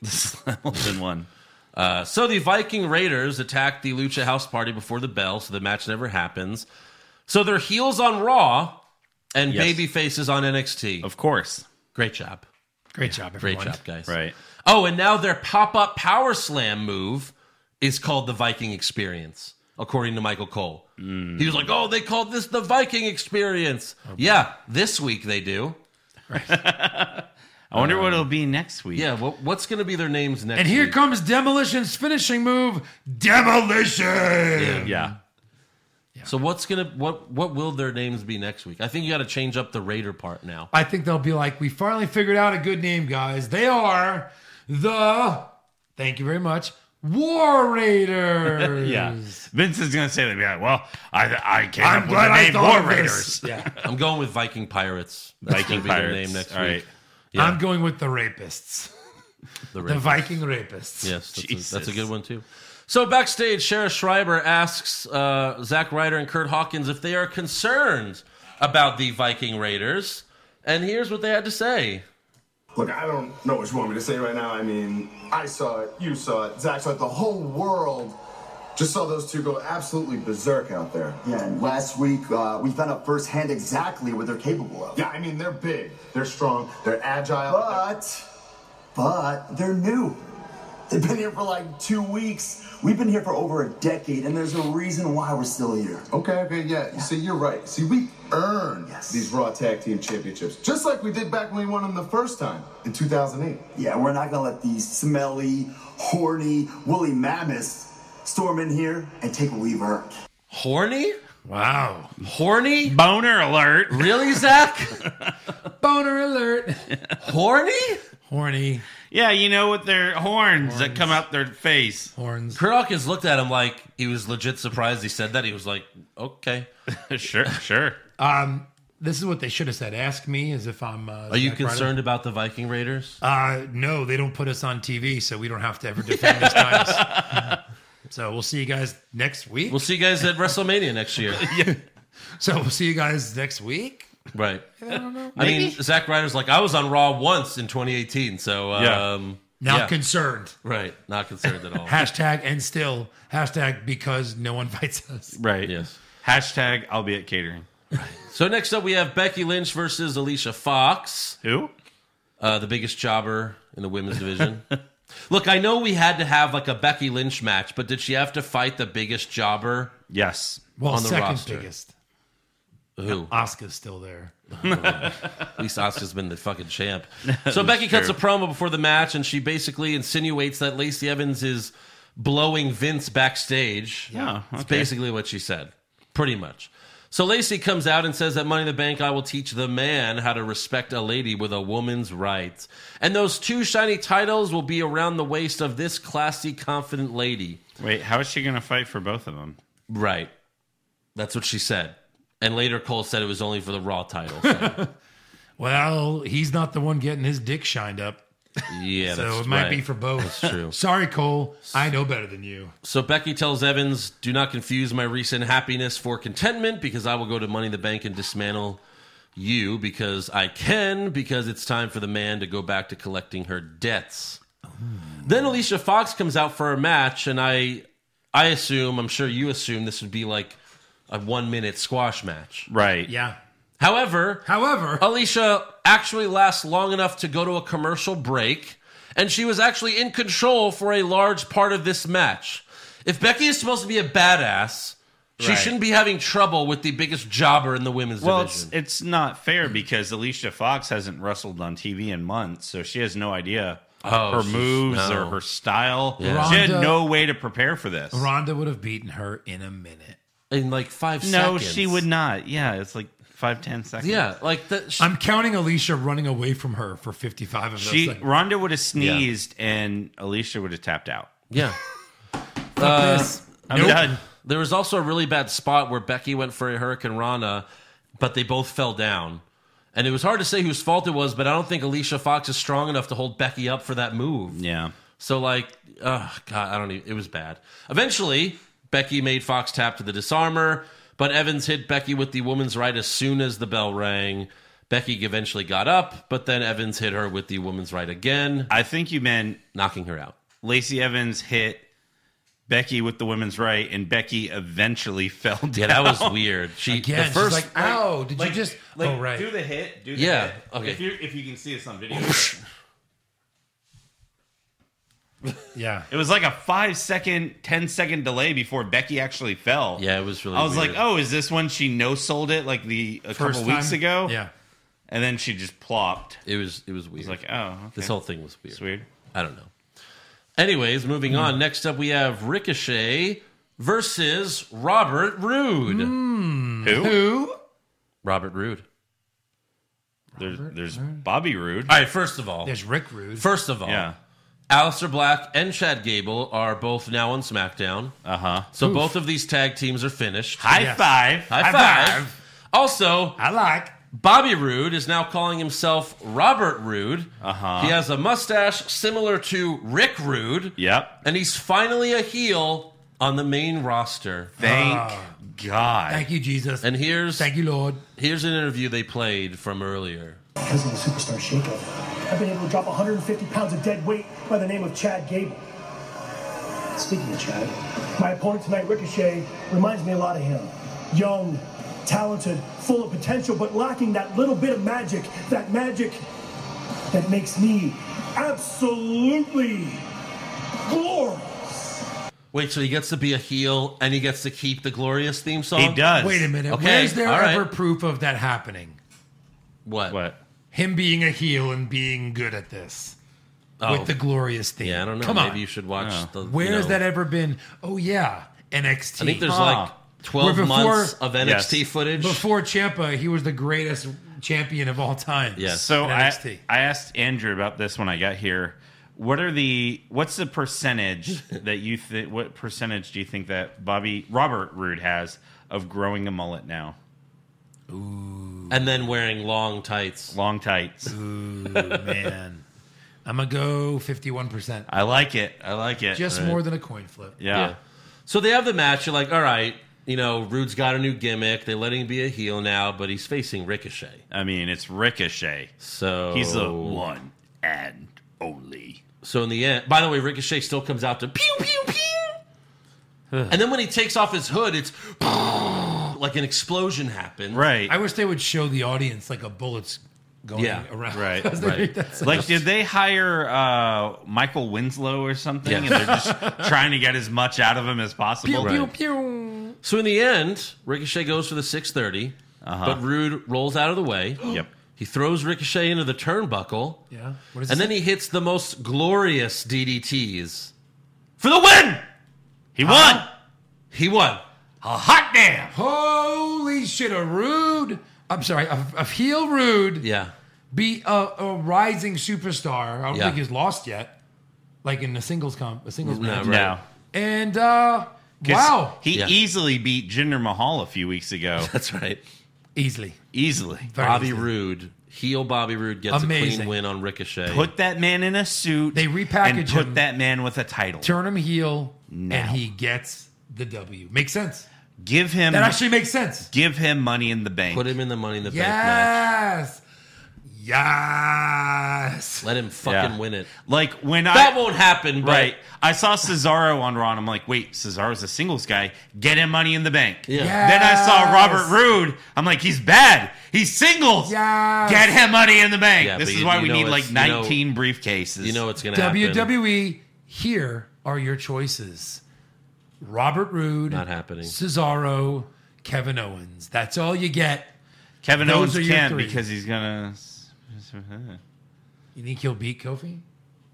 Hamilton won.
Uh, so the Viking Raiders attack the Lucha House Party before the bell, so the match never happens. So they're heels on Raw and
Yes.
baby faces on NXT.
Of course.
Great job,
Great job,
great
everyone.
job, guys.
Right.
Oh, and now their pop up power slam move is called the Viking Experience, according to Michael Cole.
Mm.
He was like, "Oh, they called this the Viking Experience."
Oh,
yeah, this week they do.
I wonder what it'll be next week.
Yeah, what, what's going to be their names next?
And here
Mm.
week?
comes Demolition's finishing move, Demolition.
Yeah.
So what's gonna what what will their names be next week? I think you got to change up the Raider part now.
I think they'll be like, we finally figured out a good name, guys. They are the, thank you very much, War Raiders.
Yeah. Vince is going to say that. Be like, well, I, I came
I'm
up with
glad
the
I
name
thought
War
of
Raiders.
this. Yeah.
I'm going with Viking Pirates. That's
Viking
gonna be
Pirates.
Their name next
All
week.
right.
Yeah,
I'm going with the rapists,
the,
the
Raiders.
Viking rapists.
Yes, that's a, that's a
Jesus.
good one too. So backstage, Sheriff Schreiber asks uh, Zack Ryder and Kurt Hawkins if they are concerned about the Viking Raiders, and here's what they had to say.
Look, I don't know what you want me to say right now. I mean, I saw it, you saw it, Zach saw it, the whole world just saw those two go absolutely berserk out there.
Yeah, and last week uh, we found out firsthand exactly what they're capable of.
Yeah, I mean, they're big, they're strong, they're agile.
But, but they're new. They've been here for like two weeks. We've been here for over a decade, and there's a reason why we're still here.
Okay, okay, yeah. See, you're right. See, we earned
Yes.
these Raw Tag Team Championships, just like we did back when we won them the first time in 2008.
Yeah, we're not gonna let these smelly, horny, woolly mammoths storm in here and take what we've earned.
Horny,
Wow.
horny,
Boner alert.
really, Zach?
Boner alert.
horny?
Horny
Yeah, you know, with their horns, that come out their face.
horns.
Kurt Hawkins looked at him like he was legit surprised he said that. He was like, okay.
sure, sure.
Um, this is what they should have said. Ask me as if I'm. Uh,
Are you concerned about the Viking Raiders?
Uh, no, they don't put us on TV, so we don't have to ever defend these guys. So we'll see you guys next week.
We'll see you guys at WrestleMania next year.
so we'll see you guys next week.
Right. I don't know. I mean, Zack Ryder's like, I was on Raw once in 2018, so
Yeah.
um,
Not
yeah.
concerned.
right. Not concerned at all.
Hashtag and still hashtag because no one fights us.
Right.
Yes.
Hashtag I'll be at catering.
So next up, we have Becky Lynch versus Alicia Fox,
Who?
uh, the biggest jobber in the women's division. Look, I know we had to have like a Becky Lynch match, but did she have to fight the biggest jobber?
Yes.
Well,
On the
second
roster.
biggest.
Who?
Oscar's still there.
At least Asuka's been the fucking champ. So Becky cuts a promo before the match, and she basically insinuates that Lacey Evans is blowing Vince backstage.
Yeah,
It's
okay.
basically what she said, pretty much. So Lacey comes out and says that Money in the Bank, I will teach the man how to respect a lady with a woman's rights. And those two shiny titles will be around the waist of this classy, confident lady.
Wait, how is she going to fight for both of them?
Right. That's what she said. And later Cole said it was only for the Raw title. So,
Well, he's not the one getting his dick shined up,
yeah,
so
that's
it might
right.
be for both.
true.
Sorry, Cole. I know better than you.
So Becky tells Evans, "Do not confuse my recent happiness for contentment, because I will go to Money in the Bank and dismantle you because I can, because it's time for the man to go back to collecting her debts." Then Alicia Fox comes out for a match, and I, I assume, I'm sure you assume this would be like a one minute squash match.
Right.
Yeah.
However,
However,
Oh. Alicia actually lasts long enough to go to a commercial break, and she was actually in control for a large part of this match. If Becky is supposed to be a badass, she
Right.
shouldn't be having trouble with the biggest jobber in the women's
Well, it's,
division.
it's not fair because Alicia Fox hasn't wrestled on TV in months, so she has no idea
Oh,
her
she's-
moves
no.
or her style.
Yeah.
She had
Ronda-
no way to prepare for this.
Rhonda would have beaten her in a minute.
in like five
no,
seconds.
she would not. Yeah, it's like five, ten seconds.
Yeah, like that. She,
I'm counting Alicia running away from her for 55 of those.
She
seconds.
Rhonda would have sneezed and Alicia would have tapped out.
yeah.
Fuck this.
I'm
Nope.
done.
There was also a really bad spot where Becky went for a Hurricane Rana, but they both fell down. And it was hard to say whose fault it was, but I don't think Alicia Fox is strong enough to hold Becky up for that move.
Yeah.
So like, oh god, I don't even. It was bad. Eventually, Becky made Fox tap to the disarmer, but Evans hit Becky with the woman's right as soon as the bell rang. Becky eventually got up, but then Evans hit her with the woman's right again,
I think you meant
knocking her out.
Lacey Evans hit Becky with the women's right, and Becky eventually fell down.
Yeah, that was weird. She
Again,
the first
she's like, ow, did you just.
like,
oh, right.
Do the hit. Do the
Yeah,
hit.
okay.
If you if you can see us on video,
yeah.
it was like a five second, ten second delay before Becky actually fell.
yeah, it was really.
I was
weird.
like, oh, is this when she no sold it like the a couple
time.
weeks ago?
Yeah.
and then she just plopped.
it was it was weird.
It's like, oh, okay.
this whole thing was weird.
it's weird. Hmm.
I don't know. Anyways, moving on. Next up, we have Ricochet versus Robert Roode.
Hmm. Who?
Mm-hmm. Who?
Robert Roode.
There's, there's Bobby Roode.
All right. First of all,
There's Rick Rude.
first of all,
Yeah.
Alistair Black and Chad Gable are both now on SmackDown.
Uh huh.
So both of these tag teams are finished.
High
Yes.
five.
High
five.
Also,
I like.
Bobby Roode is now calling himself Robert Roode. Uh-huh. He has a mustache similar to Rick Rude.
Yep.
And he's finally a heel on the main roster.
Thank God.
Ah. Thank you, Jesus.
And here's
Thank you, Lord.
here's an interview they played from earlier.
Because of the superstar shakeup, I've been able to drop 150 pounds of dead weight by the name of Chad Gable. Speaking of Chad, my opponent tonight, Ricochet, reminds me a lot of him. Young, talented, full of potential, but lacking that little bit of magic, that magic that makes me absolutely glorious.
Wait, so he gets to be a heel and he gets to keep the glorious theme song?
He does.
Wait a minute.
Okay,
Where's there
all right.
ever proof of that happening?
What?
What?
Him being a heel and being good at this
Oh.
with the glorious theme.
yeah, I don't know.
Come
Maybe
on.
you should watch
Yeah.
the. you
Where has
know-
that ever been? Oh yeah, NXT.
I think there's
Huh.
like 12
Where before-
months of NXT
Yes.
footage.
before Champa, he was the greatest champion of all time.
Yes.
So I,
NXT.
I asked Andrew about this when I got here. What are the what's the percentage that you think what percentage do you think that Bobby Robert Roode has of growing a mullet now?
and then wearing long tights.
Long tights.
man, I'm gonna go 51. percent
I like it. I like it. Uh,
Just more than a coin flip.
yeah.
So they have the match. You're like, all right, you know, Rude's got a new gimmick. They let him be a heel now, but he's facing Ricochet.
I mean, it's Ricochet.
So
He's the one and only.
So in the end, by the way, Ricochet still comes out to pew pew pew. and then when he takes off his hood, it's like an explosion happened.
Right.
I wish they would show the audience like a bullet's going
Yeah,
around.
right,
'Cause they
right.
think that's-
like, did they hire uh, Michael Winslow or something?
Yeah.
And they're just trying to get as much out of him as possible.
pew, pew, pew.
So in the end, Ricochet goes for the 630,
Uh-huh.
but Rude rolls out of the way.
Yep.
He throws Ricochet into the turnbuckle.
Yeah. What does
And
it
then
say?
he hits the most glorious DDTs for the win.
He won.
He won.
A hot damn.
holy shit, a rude. I'm sorry, a, a heel rude
Yeah.
be a, a rising superstar. I don't
Yeah.
think he's lost yet. Like in a singles comp, a singles
No,
match.
right.
No.
And uh, wow,
He
Yeah.
easily beat Jinder Mahal a few weeks ago.
That's right.
easily.
easily.
Very
Bobby
easily.
Roode, heel Bobby Roode gets a
Amazing.
clean win on Ricochet.
Put that man in a suit.
They repackage
and put
him.
that man with a title.
Turn him heel,
Now.
and he gets the W. Makes sense.
Give him.
That actually makes sense.
give him money in the bank.
Put him in the Money in the Bank match.
Yes. Yes.
Let him
Yeah.
fucking win it.
Like when
That
I
won't happen, but
right, I saw Cesaro on Raw. and I'm like, wait, Cesaro's a singles guy. Get him money in the bank.
Yeah.
Then I saw
Yes.
Robert Roode. I'm like, he's bad. He's singles.
Yes.
Get him money in the bank.
Yeah,
this
but
is
you-
why
you
we
know
need
it's-
like
you know-
19 briefcases.
you know it's going to happen.
WWE, E, here are your choices Robert Roode,
Not happening.
Cesaro, Kevin Owens. That's all you get.
Kevin
Those
Owens
are your
can't
three.
because he's gonna.
You think he'll beat Kofi?
I'm not
Well,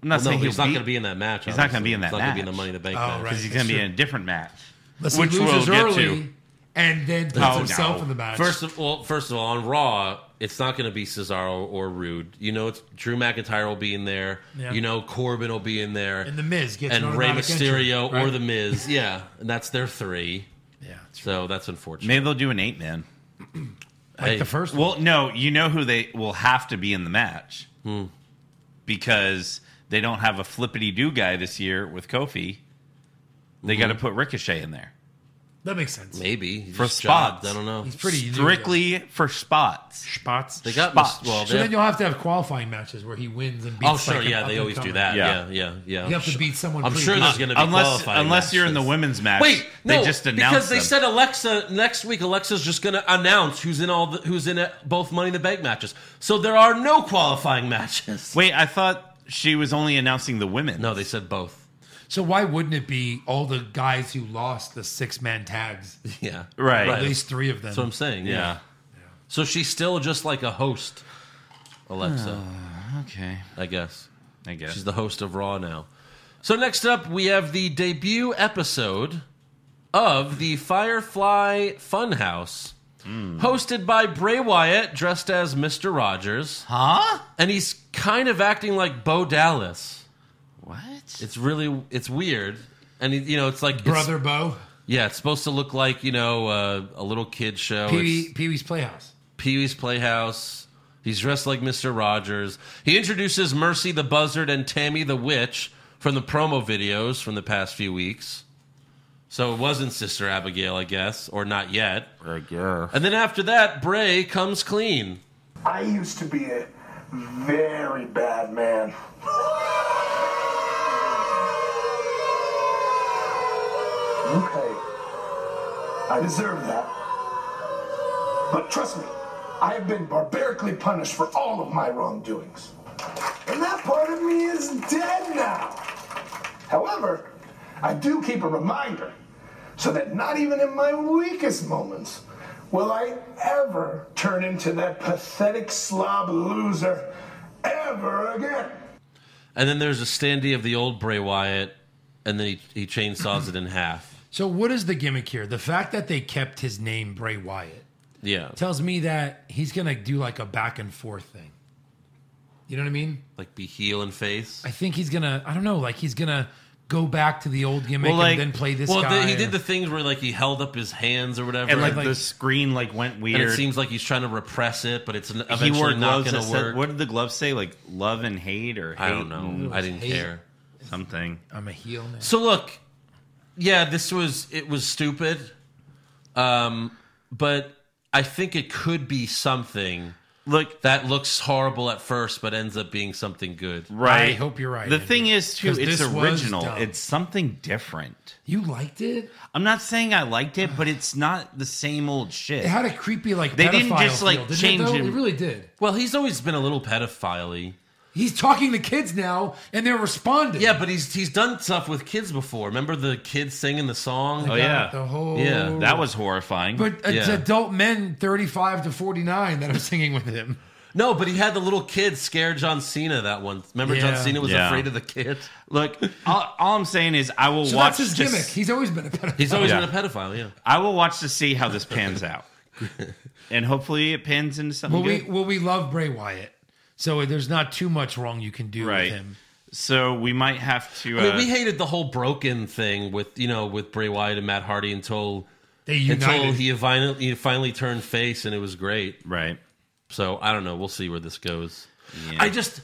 no,
saying
he's
he'll
not
beat-
going to be in that match.
He's not gonna
obviously.
be in
He's
that
not gonna be in the
match.
Money in the Bank
Oh,
match.
right.
because he's going to be in a different match.
Unless
Which
he
we'll
loses
get
early
to.
and then puts
Oh,
himself
no.
in the match.
First of well, first of all, on Raw, it's not going to be Cesaro or Rude. You know, it's Drew McIntyre will be in there.
Yeah.
You know, Corbin will be in there,
and The Miz gets
and
an
Rey
automatic
Mysterio
entry,
or
right?
the Miz. Yeah, and that's their three.
Yeah, it's
So that's unfortunate.
Maybe they'll do an eight man.
like
Hey,
the first one.
Well, no, you know who they will have to be in the match
Hmm.
because they don't have a flippity do guy this year with Kofi. They got to
Mm-hmm.
put Ricochet in there
That makes sense.
Maybe He's
For
just jobbed.
spots.
I don't know.
He's pretty unique.
strictly for spots.
spots.
They got
Spots.
well.
so
They
then you'll have to have qualifying matches where he wins and beats.
oh sure,
like, an
yeah. They always do that.
up-and-comer.
Yeah.
Yeah, yeah, yeah.
You have to beat someone
I'm
pretty
sure
big.
there's going to be
Unless
qualifying
unless you're in the
matches.
women's match,
Wait, no,
they just announced
because they
them.
said Alexa next week. Alexa's just going to announce who's in all the, who's in it, both Money in the Bank matches. So there are no qualifying matches.
Wait, I thought she was only announcing the women.
No, they said both.
So why wouldn't it be all the guys who lost the six man tags?
Yeah,
Right.
At least three of them.
That's what I'm saying. Yeah.
Yeah.
So she's still just like a host, Alexa,
Okay.
I guess.
I guess.
She's the host of Raw now. So next up, we have the debut episode of the Firefly Funhouse,
Hmm.
hosted by Bray Wyatt, dressed as Mister Rogers,
huh?
and he's kind of acting like Bo Dallas.
What?
It's really it's weird, and he- you know it's like it's-
Brother Bo,
yeah, it's supposed to look like you know uh, a little kid show.
Pee
It's-
Wee- Pee Wee's Playhouse.
Pee Wee's Playhouse. He's dressed like Mr. Rogers. He introduces Mercy the Buzzard and Tammy the Witch from the promo videos from the past few weeks. So it wasn't Sister Abigail, I guess, or not yet. And then after that, Bray comes clean.
I used to be a very bad man.
Okay.
I deserve that. But trust me, I have been barbarically punished for all of my wrongdoings.
And that part of me is dead now.
However, I do keep a reminder so that not even in my weakest moments will I ever turn into that pathetic slob loser ever again.
And then there's a standee of the old Bray Wyatt, and then he, he chainsaws it in half.
So what is the gimmick here? The fact that they kept his name Bray Wyatt
Yeah.
tells me that he's gonna do like a back and forth thing. You know what I mean?
Like be heel and face.
I think he's gonna. I don't know. Like he's gonna go back to the old gimmick and then play this
well,
guy.
the- he
or-
did the things where like he held up his hands or whatever.
And like,
Like-
the screen like went weird.
and it seems like he's trying to repress it, but it's n-
he
eventually
wore
not
gloves
going
that
to
said-
work.
what did the gloves say? Like love and hate or hate
I don't
and
know. I didn't
hate.
care.
something.
I'm a heel now.
So look, yeah, this was it was stupid, um, but I think it could be something
Look,
that looks horrible at first, but ends up being something good.
Right.
I hope you're right,
The
Andrew.
thing is, too,
'Cause
it's
this was
original.
dumb.
It's something different.
You liked it?
I'm not saying I liked it, but it's not the same old shit.
It had a creepy like.
They didn't
pedophile
just, like,
feel, didn't
change
it, though?
him.
It really did.
Well, he's always been a little pedophile
He's talking to kids now, and they're responding.
Yeah, but he's he's done stuff with kids before. Remember the kids singing the song?
oh yeah,
the whole
Yeah,
that was horrifying.
But it's
Yeah.
adult men, thirty-five to forty-nine, that are singing with him.
No, but he had the little kid scare John Cena that one. Remember John
Yeah.
Cena was
Yeah.
afraid of the kid?
look, all, all I'm saying is I will
So
watch
that's his
to s-
gimmick. He's always been a pedophile.
He's always
Yeah.
been a pedophile, yeah.
I will watch to see how this pans out, and hopefully it pans into something
well, we
good.
well we love Bray Wyatt, so there's not too much wrong you can do
right.
with him.
So we might have to. Uh,
I mean, we hated the whole broken thing with you know with Bray Wyatt and Matt Hardy until
They united.
until he finally he finally turned face and it was great.
right.
So I don't know. We'll see where this goes.
Yeah.
I just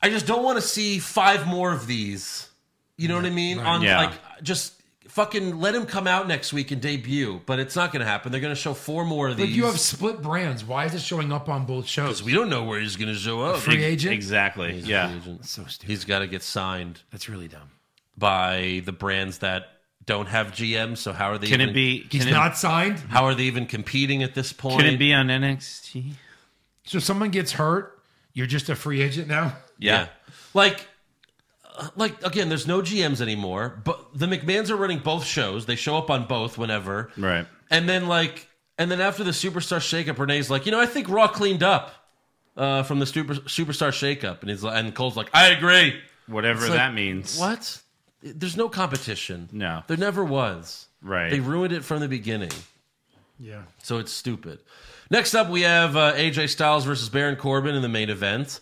I just don't want to see five more of these. You know what I mean? On
Yeah.
like just fucking let him come out next week and debut, but it's not going to happen. They're going to show four more of
but
these.
you have split brands. Why is it showing up on both shows?
we don't know where he's going to show up.
Free agent.
Exactly. yeah.
So stupid.
He's got to get signed
That's really dumb.
by the brands that don't have GM. So how are they?
Can
even-
it be? Can
He's
it,
not signed.
How are they even competing at this point?
Can it be on NXT?
So if someone gets hurt, you're just a free agent now.
Yeah. Like, uh, like again, there's no GMs anymore. But the McMahons are running both shows. They show up on both whenever.
Right.
And then like, and then after the superstar shakeup, Renee's like, you know, I think Raw cleaned up uh, from the super, superstar shakeup, and he's like, and Cole's like, I agree.
Whatever
It's like,
that means.
What? There's no competition.
No.
there never was.
Right.
They ruined it from the beginning.
Yeah.
So it's stupid. Next up, we have uh, AJ Styles versus Baron Corbin in the main event.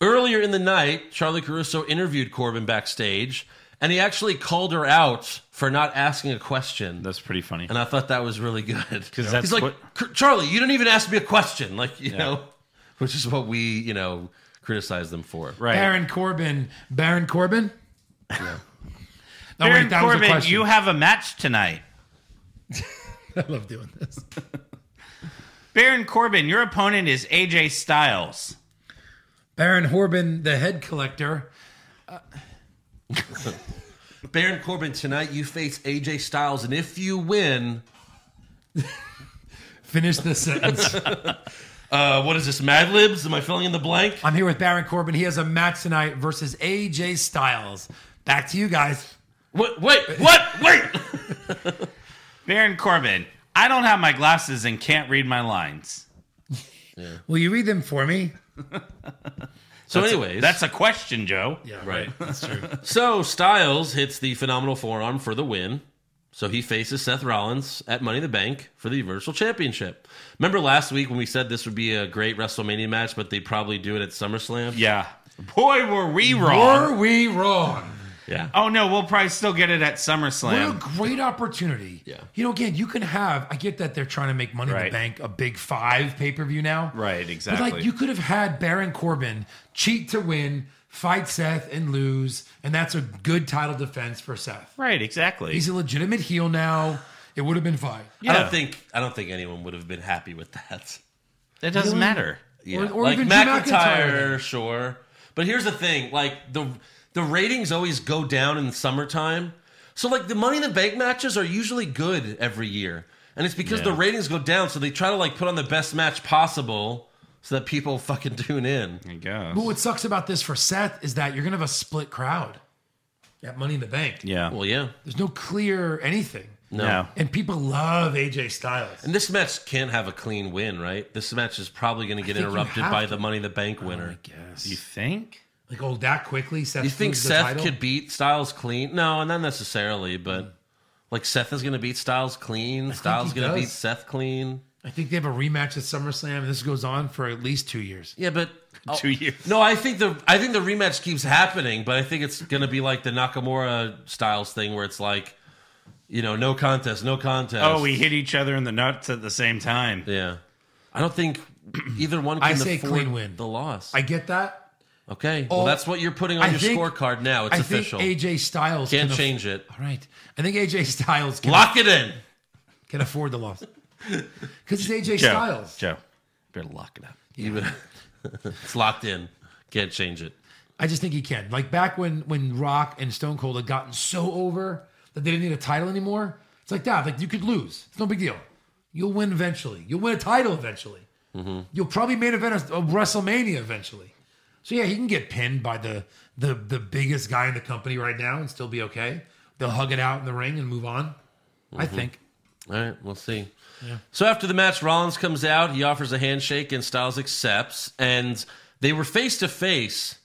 Earlier in the night, Charlie Caruso interviewed Corbin backstage, And he actually called her out for not asking a question.
That's pretty funny.
and I thought that was really good. Because
that's
he's like,
what-
"Car- Charlie, you didn't even ask me a question. Like, you know, which is what we, you know, criticize them for.
Right.
Baron Corbin. Baron Corbin? Yeah.
Baron Corbin, you have a match tonight.
I love doing this.
Baron Corbin, your opponent is AJ Styles.
Baron Corbin, the head collector.
Baron Corbin, tonight you face AJ Styles, and if you win,
Finish the sentence.
uh, what is this, Mad Libs? Am I filling in the blank?
I'm here with Baron Corbin. He has a match tonight versus AJ Styles. Back to you guys.
Wait, wait, what? Wait!
Baron Corbin, I don't have my glasses and can't read my lines.
Will you read them for me?
So, anyways,
That's a question, Joe.
Yeah,
right.
That's true.
So Styles hits the phenomenal forearm for the win. So he faces Seth Rollins at Money in the Bank for the Universal Championship. Remember last week when we said this would be a great WrestleMania match, but they probably do it at SummerSlam?
Yeah. Boy, were we wrong.
Were we wrong?
Yeah.
oh, no, we'll probably still get it
What
at
a
SummerSlam.
great opportunity.
Yeah.
You know, again, you can have, I get that they're trying to make Money in the
Right.
Bank a big five pay per view now.
Right,
But
exactly.
like, you could have had Baron Corbin cheat to win, fight Seth and lose, and that's a good title defense for Seth.
right, exactly.
He's a legitimate heel now. It would have been fine.
I
Yeah.
don't think I don't think anyone would have been happy with that.
It doesn't matter.
Yeah.
Or- or
like
even Drew
McIntyre, sure. But here's the thing, like the the ratings always go down in the summertime. So like the Money in the Bank matches are usually good every year. And it's because the ratings go down, so they try to like put on the best match possible so that people fucking tune in.
I guess.
But what sucks about this for Seth is that you're going to have a split crowd at Money in the Bank.
Yeah.
Well, yeah.
There's no clear anything.
No.
No.
And people love AJ Styles.
And this match can't have a clean win, right? This match is probably going to get
think you
interrupted
have
by
to.
the Money in the Bank winner.
You think?
Like, oh, that quickly? Seth
You think
loses the
Seth
title?
could beat Styles clean? No, not necessarily, but like Seth is going to beat Styles clean. Styles
he
going to beat
does.
Seth clean.
I think they have a rematch at SummerSlam, and this goes on for at least two years.
Yeah, but
Oh.
Two years.
No, I think the I think the rematch keeps happening, but I think it's going to be like the Nakamura Styles thing where it's like, you know, no contest, no contest.
Oh, we hit each other in the nuts at the same time.
yeah. I don't think either one can
I say
afford
clean win.
the loss.
I get that.
okay, well,
Oh,
that's what you're putting on
I
your
think-
scorecard now. Oh, It's
I
official.
think AJ Styles
Can't
can aff-
change it.
All right. I think AJ Styles can,
Lock it in.
can afford the loss. Because it's AJ
Joe.
Styles.
Joe. Better lock it up.
Even- it's locked in. Can't change it.
I just think he can. Like back when when Rock and Stone Cold had gotten so over that they didn't need a title anymore. It's like that. Like you could lose. It's no big deal. You'll win eventually. You'll win a title eventually.
Mm-hmm.
You'll probably main event a, a WrestleMania eventually. So yeah, he can get pinned by the the the biggest guy in the company right now and still be okay. They'll hug it out in the ring and move on. I
Mm-hmm.
think.
All right, we'll see. So after the match, Rollins comes out. He offers a handshake, and Styles accepts. And they were face to face.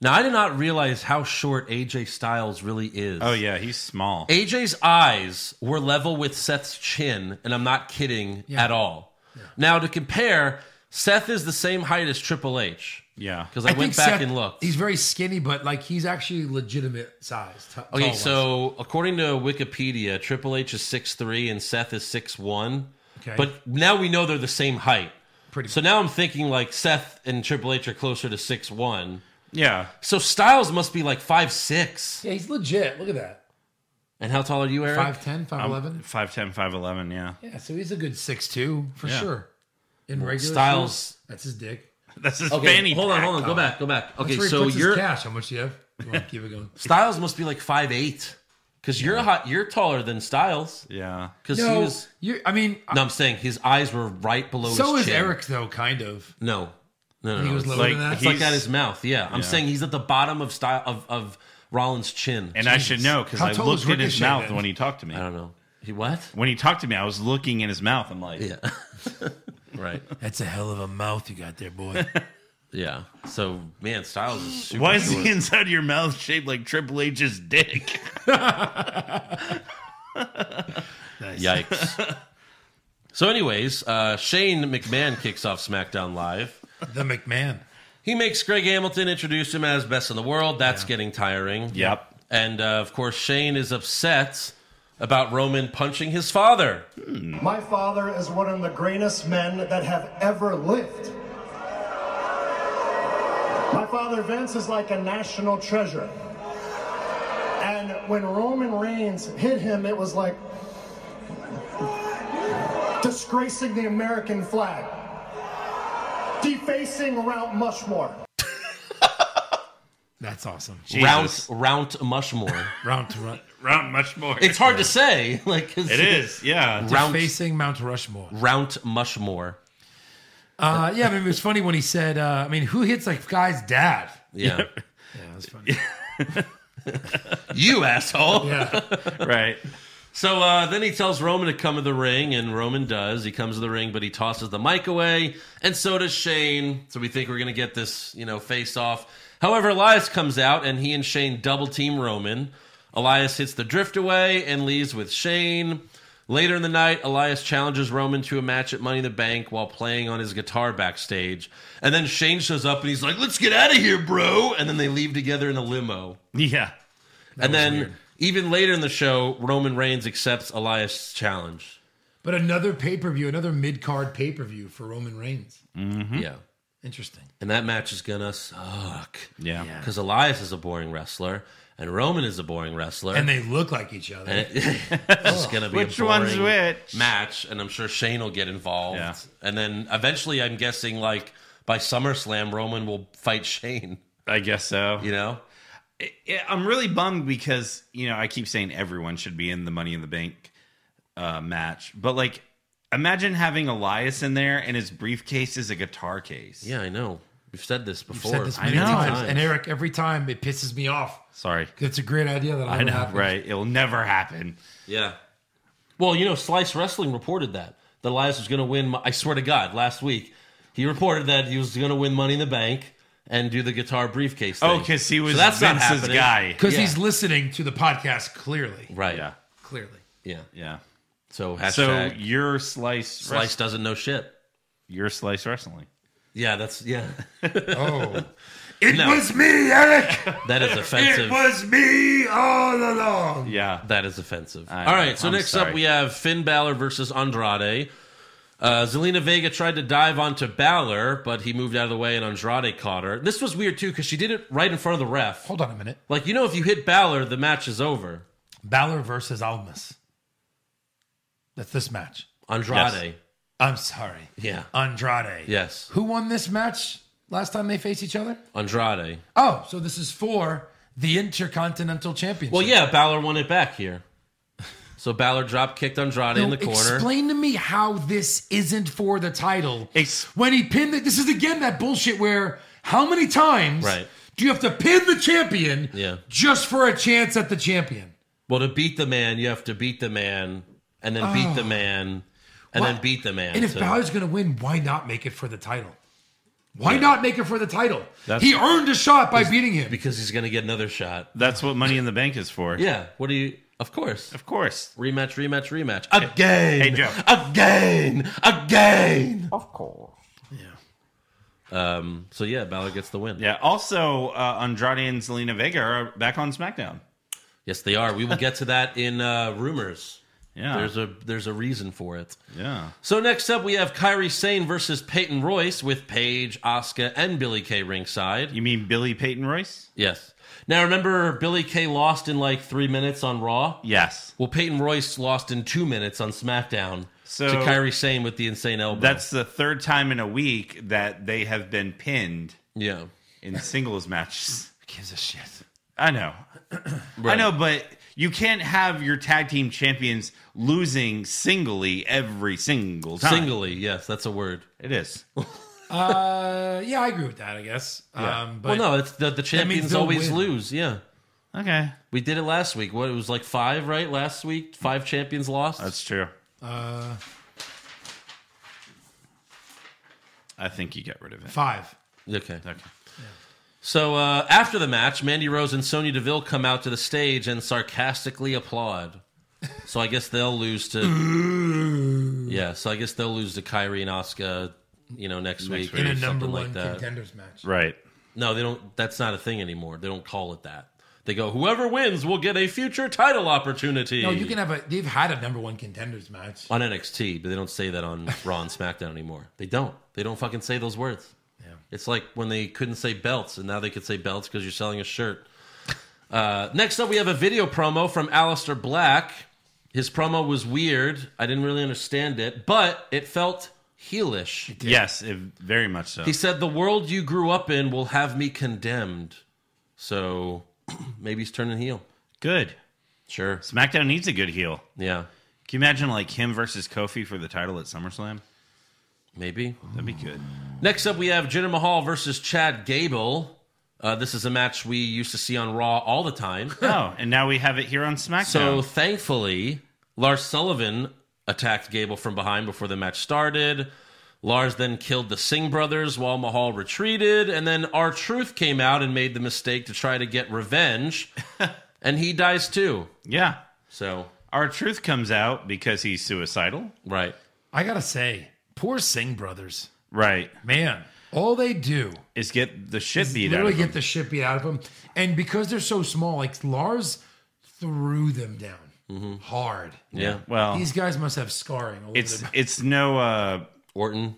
Now, I did not realize how short AJ Styles really is.
Oh, yeah, he's small.
AJ's eyes were level with Seth's chin, and I'm not kidding at all. Now, to compare, Seth is the same height as Triple H.
Yeah.
Because I, went back
Seth-
and looked.
He's very skinny, but like he's actually legitimate sized. t-
Okay,
tall-wise.
so according to Wikipedia, Triple H is six three and Seth is six one.
Okay.
But now we know they're the same height.
Pretty
So now I'm thinking like Seth and Triple H are closer to six one.
Yeah.
So Styles must be like five six.
yeah, he's legit. Look at that.
And how tall are you, Eric?
5'10", 5'11".
5'10, 5'11, yeah.
Yeah, so he's a good six two for
Yeah.
sure. In regular
Styles-
shoes, that's his dick.
That's his
Okay,
fanny
hold on,
pack.
hold on, go back, go back. Okay,
That's where he
so
puts his
your
cash. How much do you have? Come on, keep it going.
Styles must be like five eight. Because you're hot you're taller than Styles.
Yeah.
Because he
No,
was Oh,
you. I mean,
No, I'm saying his eyes were right below
so
his
is
chin.
Eric though, kind of.
No. No, no,
He
no.
was
it's-
lower
like
than that.
It's like
He's-
at his mouth. Yeah, I'm
Yeah.
saying he's at the bottom of style of of Rollins' chin.
And I should know because
How
I
tall
looked
was
at his
Ricochet
mouth
then?
when he talked to me.
I don't know. He what?
When he talked to me, I was looking in his mouth. I'm like,
Yeah. right.
That's a hell of a mouth you got there, boy.
Yeah. So man, Styles is super.
why is
short.
the inside of your mouth shaped like Triple H's dick?
nice.
Yikes. so, anyways, uh, Shane McMahon kicks off SmackDown Live.
The McMahon.
He makes Greg Hamilton introduce him as best in the world. That's getting tiring.
yep.
And uh, of course, Shane is upset about Roman punching his father.
My father is one of the greatest men that have ever lived. My father Vince is like a national treasure. And when Roman Reigns hit him, it was like disgracing the American flag, defacing Mount Mushmore.
That's awesome.
Round, round Mushmore.
Round to run.
Round much more.
It's hard to say. Like 'cause-
It is. Yeah.
Round-
Facing Mount Rushmore.
Round Mushmore.
Uh, yeah, I mean, it was funny when he said, uh, I mean, who hits like guy's dad?
Yeah.
Yeah, it was funny.
you asshole.
Yeah.
right.
So uh, then he tells Roman to come to the ring, and Roman does. He comes to the ring, but he tosses the mic away, and so does Shane. So we think we're going to get this, you know, face off. However, Elias comes out, and he and Shane double team Roman. Elias hits the drift away and leaves with Shane. Later in the night, Elias challenges Roman to a match at Money in the Bank while playing on his guitar backstage. And then Shane shows up and he's like, Let's get out of here, bro. And then they leave together in a limo
Yeah.
and then even later in the show, Roman Reigns accepts Elias' challenge.
But another pay per view, another mid card pay per view for Roman Reigns.
Yeah.
Interesting.
And that match is going to suck.
Yeah.
Because Elias is a boring wrestler and Roman is a boring wrestler.
And they look like each other.
And it- it's just going to be
Which
a boring
one's which?
match. And I'm sure Shane will get involved.
Yeah.
And then eventually, I'm guessing, like, by SummerSlam, Roman will fight Shane,
I guess so.
you know?
Yeah, I'm really bummed because you know I keep saying everyone should be in the Money in the Bank uh, match, but like, imagine having Elias in there and his briefcase is a guitar case.
Yeah, I know. We've said this
I've
before.
said this
I
many
know.
times. And Eric, every time it pisses me off.
Sorry,
It's a great idea that I,
I know, right? It'll never happen.
Yeah. Well, you know, Slice Wrestling reported that that Elias was going to win. I swear to God, last week he reported that he was going to win Money in the Bank and do the guitar briefcase. Thing.
Oh, because he was
So not
Vince's
happening.
guy.
Because
Yeah.
he's listening to the podcast clearly.
Right.
Yeah,
Yeah.
Clearly.
Yeah.
yeah.
So
So
hashtag
your slice,
Slice
slice,
doesn't know shit.
your slice wrestling.
Yeah, that's yeah.
Oh. it
No.
was me, Eric.
That is offensive.
It was me all along.
Yeah,
That is offensive.
I
All
know.
right, so
I'm
next
sorry.
up we have Finn Balor versus Andrade. Uh, Zelina Vega tried to dive onto Balor, but he moved out of the way and Andrade caught her. This was weird too because she did it right in front of the ref.
Hold on a minute.
Like you know, if you hit Balor, the match is over.
Balor versus Almas. That's this match.
Andrade,
I'm sorry.
Yeah.
Uh,
Andrade.
Yes.
Who won this match last time they faced each other?
Andrade.
Oh, so this is for the Intercontinental Championship.
Well, yeah, Balor won it back here. So Balor drop kicked Andrade in the corner.
Explain to me how this isn't for the title.
Ex-
when he pinned it, this is again that bullshit where how many times
Right.
do you have to pin the champion
Yeah.
just for a chance at the champion?
well, to beat the man, you have to beat the man, and then beat the man, and
Well,
then beat the man.
Oh. And if
So-
Balor's going to win, why not make it for the title? Why not make it for the title?
That's-
he earned a shot by beating him.
because he's gonna get another shot.
that's what Money in the Bank is for.
Yeah. What do you? Of course.
of course.
Rematch, rematch, rematch. Again.
Hey, Joe.
Again. Again. Of course. Yeah. Um. So yeah, Balor gets the win.
Yeah. Also, uh, Andrade and Zelina Vega are back on SmackDown.
Yes, they are. We will get to that in uh, rumors.
Yeah.
There's a there's a reason for it.
yeah.
So next up, we have Kyrie Sane versus Peyton Royce with Paige, Asuka, and Billy Kay ringside.
You mean Billy Peyton Royce?
Yes. Now remember, Billy Kay lost in like three minutes on Raw.
Yes.
Well, Peyton Royce lost in two minutes on SmackDown
So-
to Kyrie Sane with the insane elbow.
That's the third time in a week that they have been pinned
yeah.
in singles matches.
gives a shit.
I know. I know, but you can't have your tag team champions losing singly every single time.
Singly, yes, that's a word.
It is.
Uh, yeah, I agree with that. I guess. Um, but
well, no, it's the, the champions
they'll
always
win.
lose. Yeah.
Okay.
We did it last week. What it was like five, right? Last week, five champions lost.
That's true. I think you get rid of it.
five.
okay.
Okay.
So uh, after the match, Mandy Rose and Sonya Deville come out to the stage and sarcastically applaud. So I guess they'll lose
Mm-hmm.
to yeah. So I guess they'll lose to Kyrie and Asuka, you know, next, week,
in
or
a
something
number
like
one
that.
contenders match.
Right.
No, they don't. That's not a thing anymore. They don't call it that. They go, whoever wins will get a future title opportunity
No, you can have a. They've had a number one contenders match.
on NXT, but they don't say that on Raw and SmackDown anymore. They don't. They don't fucking say those words.
Yeah.
It's like when they couldn't say belts, and now they could say belts because you're selling a shirt. Uh, next up, we have a video promo from Alistair Black. His promo was weird. I didn't really understand it, but it felt heelish.
Yes, it, very much so.
He said, The world you grew up in will have me condemned. So maybe he's turning heel.
good.
Sure.
SmackDown needs a good heel.
Yeah.
Can you imagine like him versus Kofi for the title at SummerSlam?
Maybe.
That'd be good.
Next up, we have Jinder Mahal versus Chad Gable. Uh, this is a match we used to see on Raw all the time.
Oh, and now we have it here on SmackDown.
So thankfully, Lars Sullivan attacked Gable from behind before the match started. Lars then killed the Singh brothers while Mahal retreated, and then our Truth came out and made the mistake to try to get revenge, and he dies too.
yeah,
So
our truth comes out because he's suicidal.
right,
I gotta say, poor Singh brothers,
Right.
man. All they do
Is get the shit
is
beat out
literally
of
get
him.
the shit beat out of them, and because they're so small, like Lars threw them down hard.
Mm-hmm. yeah.
Well,
These guys must have scarring. All
it's
over their-
it's no uh,
Orton,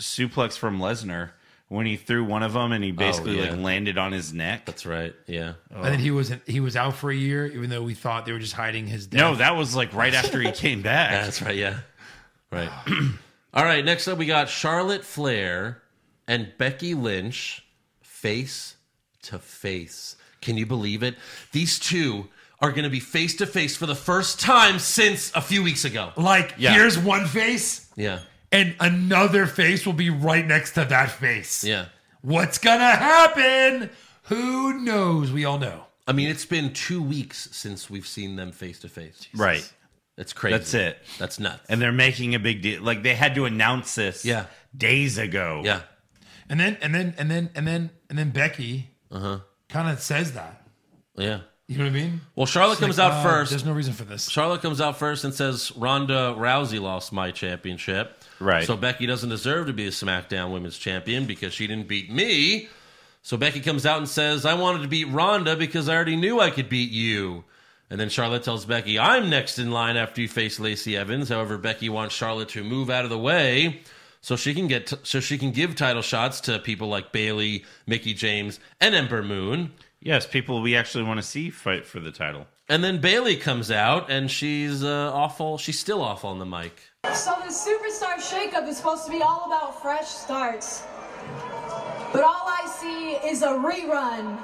suplex from Lesnar when he threw one of them and he basically
Oh, yeah.
like landed on his neck.
that's right, yeah.
oh.
and then he was he was out for a year, even though we thought they were just hiding his death.
no, that was like right after he came back.
That's right, yeah. Right. All right, next up we got Charlotte Flair and Becky Lynch face to face. Can you believe it? These two are going to be face to face for the first time since a few weeks ago.
like
Yeah.
here's one face,
Yeah.
and another face will be right next to that face.
Yeah.
What's gonna happen? Who knows? We all know.
I mean, it's been 2 weeks since we've seen them face to face.
Right.
It's crazy.
That's it.
That's nuts.
And they're making a big deal. Like they had to announce this
Yeah.
days ago.
yeah.
And then and then and then and then and then Becky
Uh-huh.
kind of says that.
Yeah.
You know what I mean?
Well, Charlotte comes
Like,
out
uh,
oh,
first.
There's no reason for this.
Charlotte comes out first and says Ronda Rousey lost my championship.
Right.
So Becky doesn't deserve to be a SmackDown Women's Champion because she didn't beat me. So Becky comes out and says, I wanted to beat Ronda because I already knew I could beat you. And then Charlotte tells Becky, I'm next in line after you face Lacey Evans. However, Becky wants Charlotte to move out of the way so she can get so she can give title shots to people like Bailey, Mickey James, and Ember Moon.
Yes, people we actually want to see fight for the title.
And then Bailey comes out and she's uh, awful. She's still awful on the mic.
So the superstar shakeup is supposed to be all about fresh starts. But all I see is a rerun.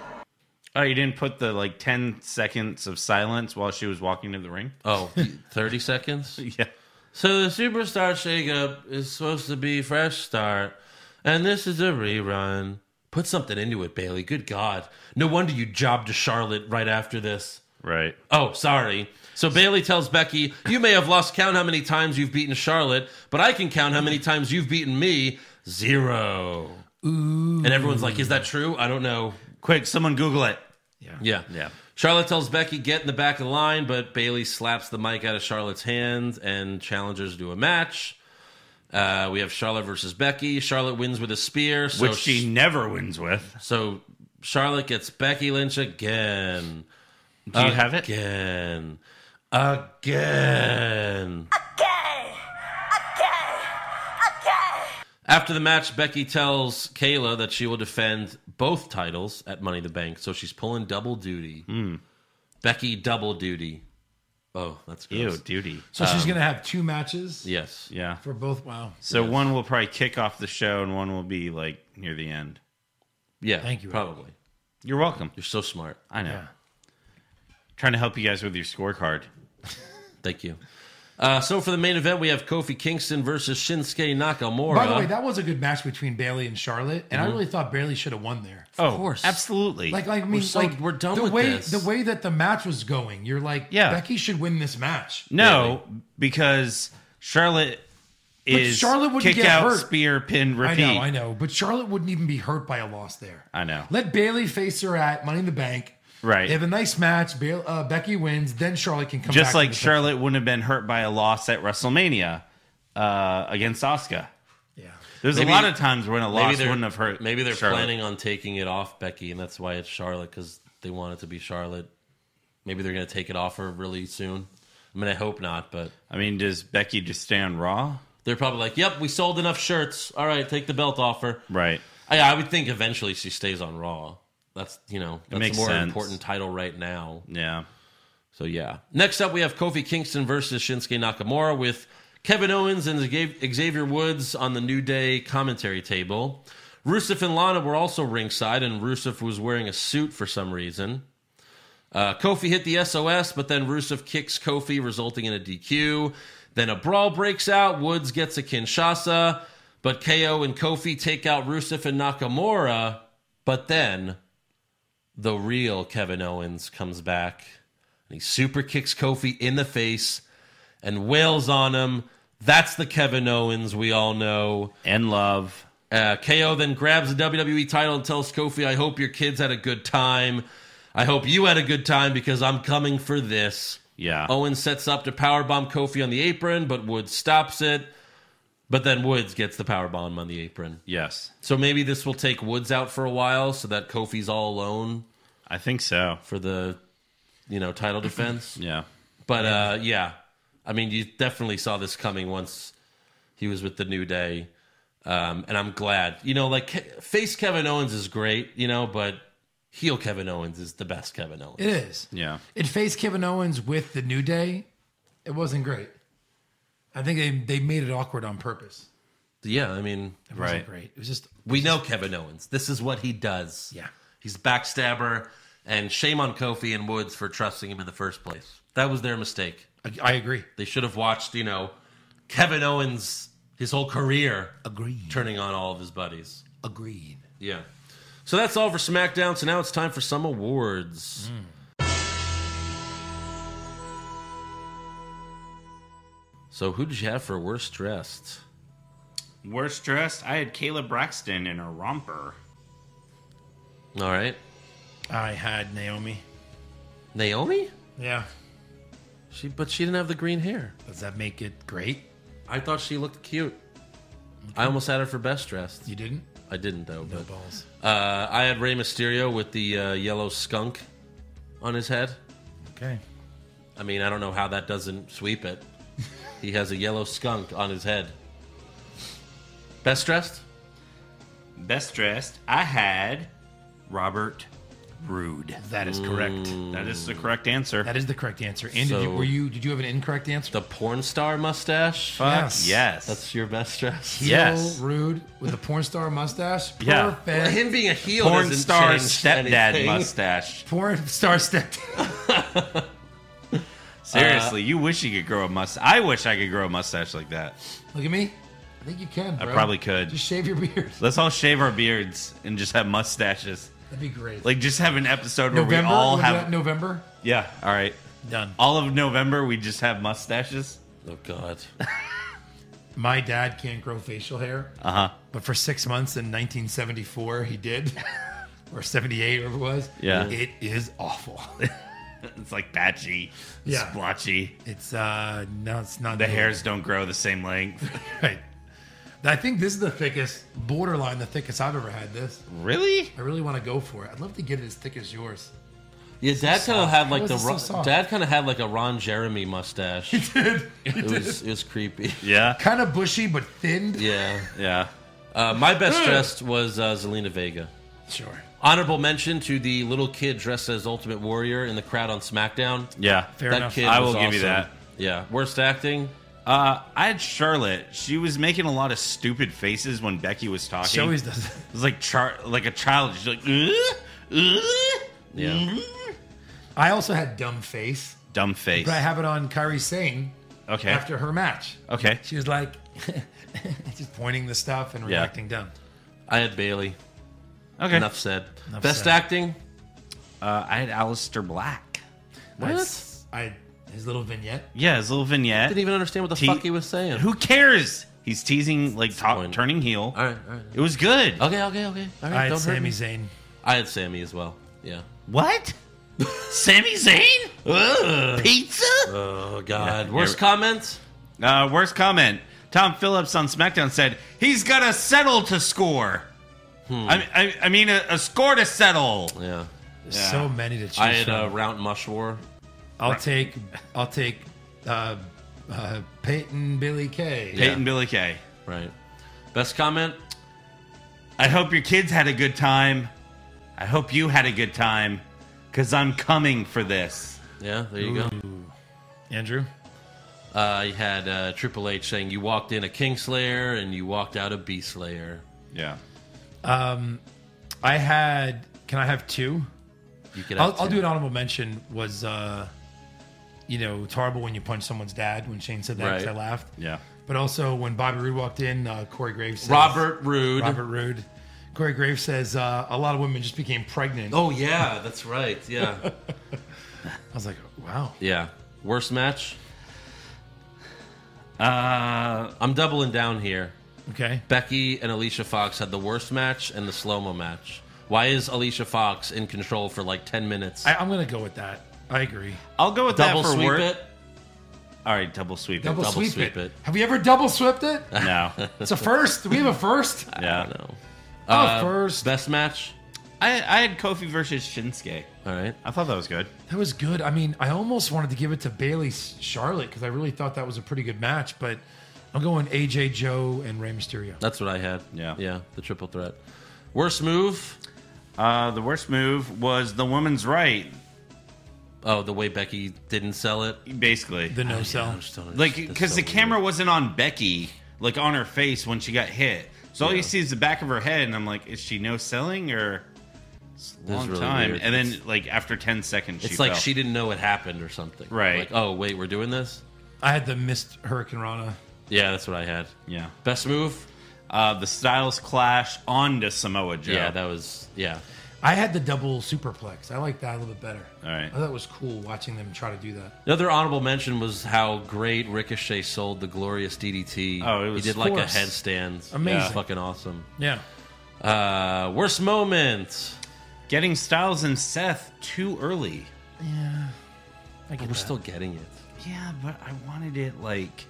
Oh, you didn't put the like 10 seconds of silence while she was walking to the ring?
Oh, 30 seconds?
Yeah.
So the Superstar Shakeup is supposed to be fresh start, and this is a rerun. Put something into it, Bailey. Good God. No wonder you jobbed to Charlotte right after this.
Right.
Oh, sorry. So Bailey tells Becky, You may have lost count how many times you've beaten Charlotte, but I can count how many times you've beaten me. Zero. Ooh. And everyone's like, Is that true? I don't know.
Quick, someone Google it.
Yeah.
Yeah.
Charlotte tells Becky, get in the back of the line, but Bailey slaps the mic out of Charlotte's hands and challengers do a match. Uh, we have Charlotte versus Becky. Charlotte wins with a spear. So
Which she never wins with.
so Charlotte gets Becky Lynch again.
Do
Uh,
you have it?
Again. Again. After the match, Becky tells Kayla that she will defend both titles at Money in the Bank, so she's pulling double duty.
Hmm.
Becky double duty. Oh, that's
Ew,
gross.
duty.
So she's gonna have two matches
Yes.
uh, Yeah.
for both. Wow.
So one will probably kick off the show and one will be like near the end.
Yeah.
Thank you, Eric.
Probably.
You're welcome.
You're so smart.
I know.
Yeah.
Trying to help you guys with your scorecard.
Thank you. Uh, so for the main event, we have Kofi Kingston versus Shinsuke Nakamura.
By the way, that was a good match between Bailey and Charlotte, and I really thought Bailey should have won there.
Mm-hmm. Of
course.
Oh, Absolutely.
Like, like I mean,
so-
like
we're done
the
with
way
this.
the way that the match was going. You're like,
Yeah.
Becky should win this match.
no, because Charlotte is
Charlotte wouldn't
kick
get
out,
hurt.
spear, pin,
I
repeat.
know, I know, but Charlotte wouldn't even be hurt by a loss there.
I know.
Let Bailey face her at Money in the Bank.
Right.
They have a nice match. Bail uh, Becky wins. Then Charlotte can come back
Just
to
like
the-
Charlotte wouldn't have been hurt by a loss at WrestleMania uh, against Asuka.
Yeah.
There's
Maybe-
a lot of times when a loss
they're-
wouldn't have hurt.
Maybe they're
Charlotte.
planning on taking it off Becky, and that's why it's Charlotte because They want it to be Charlotte. Maybe they're going to take it off her really soon. I mean, I hope not, but
I mean, does Becky just stay on Raw?
they're probably like, "Yep, we sold enough shirts. All right, take the belt off her."
Right.
I, I would think eventually she stays on Raw. That's you know that's
makes
a more
sense.
important title right now.
Yeah.
So yeah. Next up, we have Kofi Kingston versus Shinsuke Nakamura with Kevin Owens and Xavier Woods on the New Day commentary table. Rusev and Lana were also ringside, and Rusev was wearing a suit for some reason. Uh, Kofi hit the SOS, but then Rusev kicks Kofi, resulting in a DQ. Then a brawl breaks out. Woods gets a Kinshasa, but KO and Kofi take out Rusev and Nakamura. But then the real Kevin Owens comes back and he super kicks Kofi in the face and wails on him. That's the Kevin Owens we all know
and love.
Uh, KO then grabs the WWE title and tells Kofi, I hope your kids had a good time. I hope you had a good time because I'm coming for this.
Yeah.
Owens sets up to powerbomb Kofi on the apron, but Woods stops it. But then Woods gets the powerbomb on the apron.
Yes.
So maybe this will take Woods out for a while so that Kofi's all alone
I think so.
for the you know title defense.
Yeah.
But uh, yeah, I mean, you definitely saw this coming once he was with the New Day, um, and I'm glad. You know, like Ke- face Kevin Owens is great, you know, but heel Kevin Owens is the best Kevin Owens.
It is.
Yeah.
It faced Kevin Owens with the New Day. It wasn't great. I think they they made it awkward on purpose.
Yeah, I mean,
It wasn't great. It was just
We know Kevin Owens. This is what he does.
Yeah.
he's a backstabber, and shame on Kofi and Woods for trusting him in the first place. That was their mistake.
I, I agree.
They should have watched, you know, Kevin Owens his whole career
Agreed.
turning on all of his buddies.
Agreed.
Yeah. So that's all for SmackDown. So now it's time for some awards. Hmm. So who did you have for worst dressed?
Worst dressed, I had Kayla Braxton in a romper.
All right,
I had Naomi.
Naomi.
Yeah.
She, but she didn't have the green hair.
Does that make it great?
I thought she looked cute. I almost had her for best dressed.
You didn't?
I didn't though.
No
But
balls.
uh, I had Rey Mysterio with the uh, yellow skunk on his head.
Okay.
I mean, I don't know how that doesn't sweep it. he has a yellow skunk on his head. Best dressed?
Best dressed, I had Robert Rude.
That is correct.
That is
Mm.
the correct answer.
That is the correct answer. And did you,
So-
were you did you have an incorrect answer?
The porn star mustache?
yes.
yes.
That's your best dress.
Heel
yes.
Rude with the porn star mustache.
Yeah.
Perfect.
Him being a heel
Porn
doesn't
star
change
stepdad
anything.
mustache.
Porn star step.
Seriously, you wish you could grow a mustache. I wish I could grow a mustache like that.
Look at me. I think you can.
I
bro.
probably could.
Just shave your beard.
Let's all shave our beards and just have mustaches.
That'd be great.
Like just have an episode where
November.
we all
Look at
have
that, November.
Yeah, all right.
Done.
All of November we just have mustaches.
Oh god.
My dad can't grow facial hair,
Uh-huh.
but for six months in 1974, he did, or 78, whatever it was.
Yeah.
It is awful.
It's like patchy,
Yeah.
splotchy.
It's uh no, it's not
The
doable.
hairs don't grow the same length.
Right. I think this is the thickest, borderline the thickest I've ever had. This.
really?
I really want to go for it. I'd love to get it as thick as yours.
Yeah, dad kind of had like
was
the
it so
Ron,
soft?
dad kind of had like a Ron Jeremy mustache. it
Dude,
was it was creepy.
Yeah.
kind of bushy but thinned.
Yeah.
Yeah.
Uh, my best dressed was uh, Zelina Vega.
Sure.
Honorable mention to the little kid dressed as Ultimate Warrior in the crowd on SmackDown.
Yeah.
Fair
that
enough.
kid,
I
was
will give you
awesome.
that.
Yeah, worst acting.
Uh, I had Charlotte. She was making a lot of stupid faces when Becky was talking.
She always does. that.
It was like char- like a child. She's like, "Uh, uh,
Yeah.
I also had dumb face,
dumb face.
but I have it on Kyrie Sane
Okay.
after her match.
okay.
She was like, just pointing the stuff and
Yeah.
reacting dumb.
I had Bailey.
Okay.
Enough said.
Eh. Enough
best
said.
acting.
Uh, I had Alistair Black.
I s- I his little vignette.
Yeah, his little vignette.
Didn't even understand what the
Te-
fuck he was saying.
Who cares? He's teasing, like top,
point.
turning heel.
All right, Uh, all right.
It was good.
Okay, okay, okay. All right,
I had
don't hurt
Sami
me.
Zayn.
I had Sammy as well. Yeah.
What? Sami Zayn? Pizza?
Oh God.
Yeah,
Worst
yeah.
comments.
Uh, worst comment. Tom Phillips on SmackDown said he's got a settle to score. I, I, I mean, a, a score to settle.
Yeah.
There's so many to choose
I had uh,
from.
a round mush war.
I'll
Right.
take I'll take uh, uh, Peyton Billy Kay.
Peyton Billy Kay.
Right. Best comment?
I hope your kids had a good time. I hope you had a good time because I'm coming for this.
Yeah, there you
go. Andrew?
Uh, you had uh, Triple H saying you walked in a Kingslayer and you walked out a Beastlayer.
Yeah.
Um, I had. Can I have two?
You could
I'll,
have
I'll
two.
do an honorable mention. Was uh, you know, it's horrible when you punch someone's dad. When Shane said that, 'cause
Right.
I laughed.
Yeah.
But also when Bobby Roode walked in, uh, Corey Graves. Says,
Robert Roode.
Robert Roode. Corey Graves says uh, a lot of women just became pregnant.
Oh, yeah, that's right. Yeah.
I was like, wow.
Yeah. Worst match? Uh, I'm doubling down here.
Okay.
Becky and Alicia Fox had the worst match and the slow mo match. Why is Alicia Fox in control for like 10 minutes?
I, I'm gonna go with that. I agree.
I'll go with
double
that for
sweep
work.
it.
All right, double sweep
Double,
it.
sweep, it. Have we ever double swept it?
No.
It's a first. Do we have a first?
Yeah.
no.
Oh, first.
Best match?
I, I had Kofi versus Shinsuke.
All right.
I thought that was good.
That was good. I mean, I almost wanted to give it to Bailey Charlotte because I really thought that was a pretty good match, but I'm going AJ Joe and Rey Mysterio.
That's what I had.
Yeah.
Yeah. The triple threat. Worst move?
Uh, the worst move was the woman's right.
Oh, the way Becky didn't sell it?
Basically.
The no sell.
Like, because the camera wasn't on Becky, like on her face when she got hit. So all you see is the back of her head, and I'm like, is she no selling or? It's a
This is
long
really
time.
weird.
And then, like, after 10 seconds, she
It's like
fell.
she didn't know it happened or something.
Right.
Like, oh, wait, we're doing this?
I had the missed Hurricane Rana.
Yeah, that's what I had.
Yeah.
Best move?
Uh, the Styles clash onto Samoa Joe.
Yeah, that was, yeah.
I had the double superplex. I like that a little bit better.
All right.
I thought it was cool watching them try to do that.
Another honorable mention was how great Ricochet sold the glorious DDT.
Oh, it was-
he did like a
course.
headstand.
Amazing.
Yeah. Fucking awesome.
Yeah.
Uh, worst moment.
Getting Styles and Seth too early.
Yeah. I
But Oh, we're still getting it.
Yeah, but I wanted it like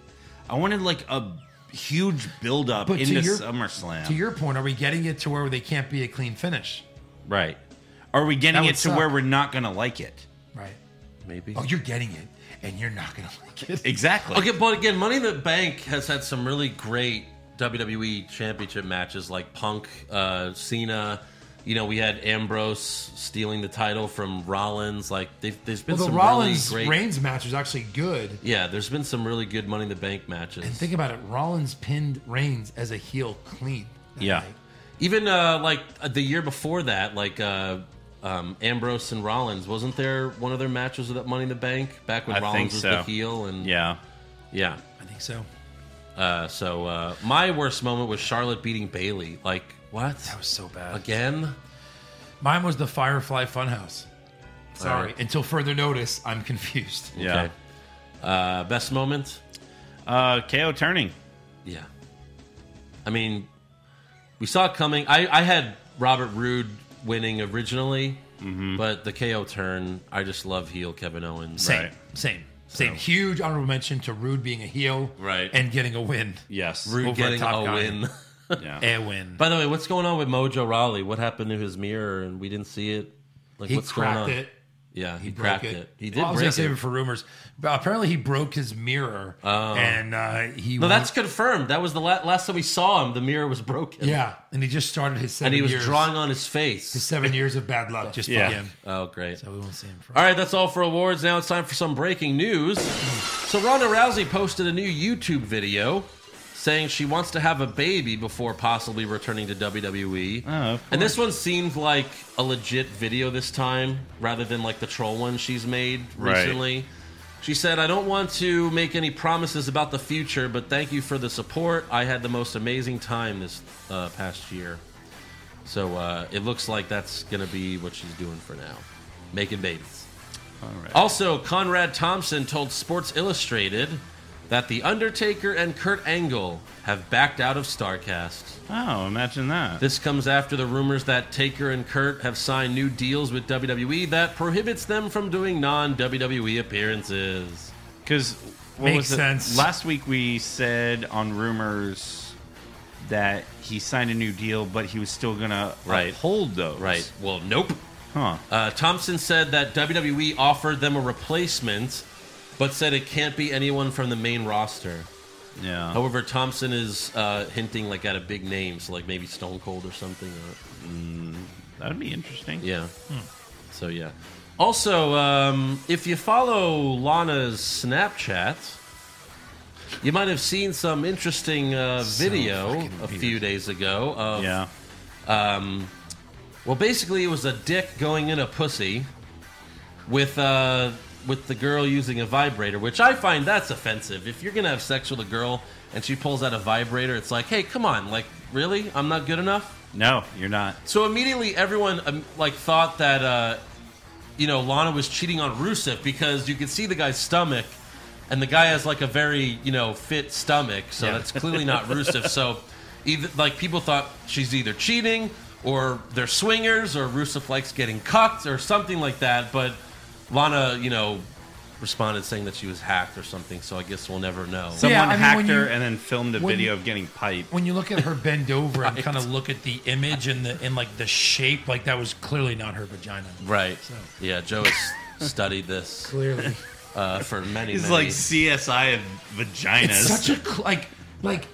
I wanted like a huge buildup
But
into
to your
SummerSlam.
To your point, are we getting it to where they can't be a clean finish?
right. Are we
That
getting
would
it to
suck.
where we're not gonna like it?
Right.
Maybe.
Oh, you're getting it, and you're not gonna like it.
Exactly.
Okay, but again, Money in the Bank has had some really great WWE Championship matches like Punk, uh, Cena. You know, we had Ambrose stealing the title from Rollins. Like, they've, there's been
Well, the
some
Rollins
really great.
Reigns match was actually good.
yeah, there's been some really good Money in the Bank matches.
And think about it, Rollins pinned Reigns as a heel clean.
Yeah. Even uh, like uh, the year before that, like uh, um, Ambrose and Rollins, wasn't there one of their matches with that Money in the Bank back when
I think
Rollins was the
so.
heel and
Yeah.
yeah.
I think so.
Uh, so uh, my worst moment was Charlotte beating Bailey. Like what? That
was so bad
again.
Mine was the Firefly Funhouse. Sorry,
Alright.
until further notice, I'm confused.
Yeah.
Uh, best moment?
Uh, KO turning.
Yeah. I mean, we saw it coming. I, I had Robert Roode winning originally,
Mm-hmm.
but the KO turn. I just love heel Kevin Owens.
Same, same, same. Huge honorable mention to Rude being a heel,
Right.
and getting a win.
Yes.
Rude
Over
getting
top
a
guy.
win.
A win.
By the way, what's going on with Mojo Rawley? What happened to his mirror and we didn't see it? Like
He
what's
cracked
going on?
it.
Yeah, he,
broke
cracked it. He did
Well, I was
break
gonna save
it.
it for rumors, but apparently he broke his mirror,
Oh.
and uh, he.
no,
won't-
that's confirmed. That was the la- last time we saw him. The mirror was broken.
yeah, and he just started his seven
and he was
years,
drawing on his face.
his seven years of bad luck just
Yeah.
for him.
Oh, great.
So we won't see him for.
All right, that's all for awards. Now it's time for some breaking news. So Ronda Rousey posted a new YouTube video saying she wants to have a baby before possibly returning to WWE.
Oh, of
and this one seemed like a legit video this time rather than like the troll one she's made
Right.
recently. She said, I don't want to make any promises about the future, but thank you for the support. I had the most amazing time this uh, past year. So uh, it looks like that's going to be what she's doing for now making babies.
All right.
Also, Conrad Thompson told Sports Illustrated that The Undertaker and Kurt Angle have backed out of StarCast.
Oh, imagine that.
This comes after the rumors that Taker and Kurt have signed new deals with WWE that prohibits them from doing non WWE appearances.
Because
Makes sense.
Last week we said on rumors that he signed a new deal, but he was still gonna
Right.
uphold those.
Right. Well, nope.
Huh.
Uh, Thompson said that WWE offered them a replacement, but said it can't be anyone from the main roster.
Yeah.
However, Thompson is uh, hinting like at a big name, so like maybe Stone Cold or something. uh, Or,
that'd be interesting.
Yeah. So yeah. Also, um, if you follow Lana's Snapchat, you might have seen some interesting uh, video a few days ago of. Yeah. Um, well, basically, it was a dick going in a pussy with uh, with the girl using a vibrator, which I find that's offensive. If you're gonna have sex with a girl and she pulls out a vibrator, it's like, hey, come on, like really, I'm not good enough.
No, you're not.
So immediately, everyone um, like thought that uh, you know Lana was cheating on Rusev because you could see the guy's stomach, and the guy has like a very you know fit stomach, so
Yeah.
that's clearly not Rusev. So either like people thought she's either cheating or they're swingers or Rusev likes getting cucked or something like that. But Lana, you know, responded saying that she was hacked or something. So I guess we'll never know.
Someone
Yeah, I mean,
hacked
when
her
you-
and then filmed a
when-
video of getting piped.
When you look at her bend over and kind of look at the image and the and like the shape, like that was clearly not her vagina.
Right. Yeah, Joe has studied this
Clearly.
uh, for many.
It's
many-
like CSI of vaginas.
It's such a cl- like like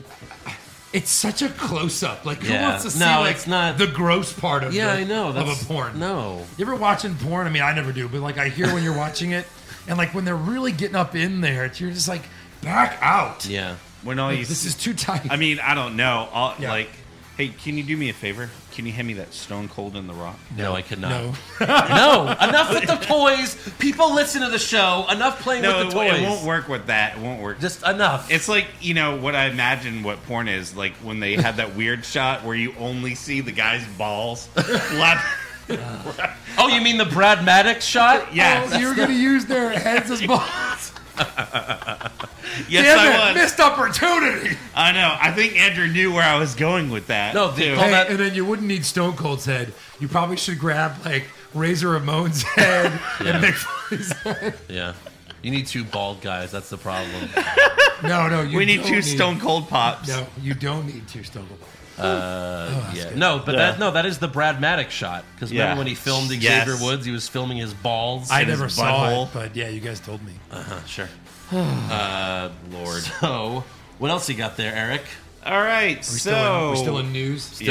it's such a close up. Like who
Yeah.
wants to see
No,
like
it's not-
the gross part of
Yeah,
the-
I know.
of
That's-
a porn.
No,
you ever watching porn? I mean, I never do, but like I hear when you're watching it, and like when they're really getting up in there, it's- you're just like back out.
Yeah.
When all
Like,
you
this is too tight.
I mean, I don't know. All, Like, hey, can you do me a favor? Can you hand me that Stone Cold and the Rock?
No, I could not.
No.
no, enough with the toys. People listen to the show. Enough playing
No,
with
it
the
won't-
toys.
it won't work with that. It won't work.
Just enough.
It's like you know what I imagine what porn is like when they had that weird shot where you only see the guy's balls. Lot-
Oh, you mean the Brad Maddox shot?
Yes.
Oh, you were gonna use their heads as balls.
yes,
Damn
I
it,
was.
missed opportunity.
I know. I think Andrew knew where I was going with that. too.
Hey, and then you wouldn't need Stone Cold's head. You probably should grab like Razor Ramon's head
Yeah.
and Mick Foley's head.
Yeah. You need two bald guys. That's the problem.
No, no, you
We need
don't
two Stone Cold Pops.
No, you don't need two Stone Cold. Pops.
Uh, yeah.
good.
No, but
Yeah.
that no, that is the Brad Maddox shot. Because remember
Yeah.
when he filmed Xavier
Yes.
Woods, he was filming his balls.
I
and his
never saw
butthole.
it, but yeah, you guys told me.
Uh-huh, sure. uh, Lord. So, what else you got there, Eric?
All right, so
Still on news.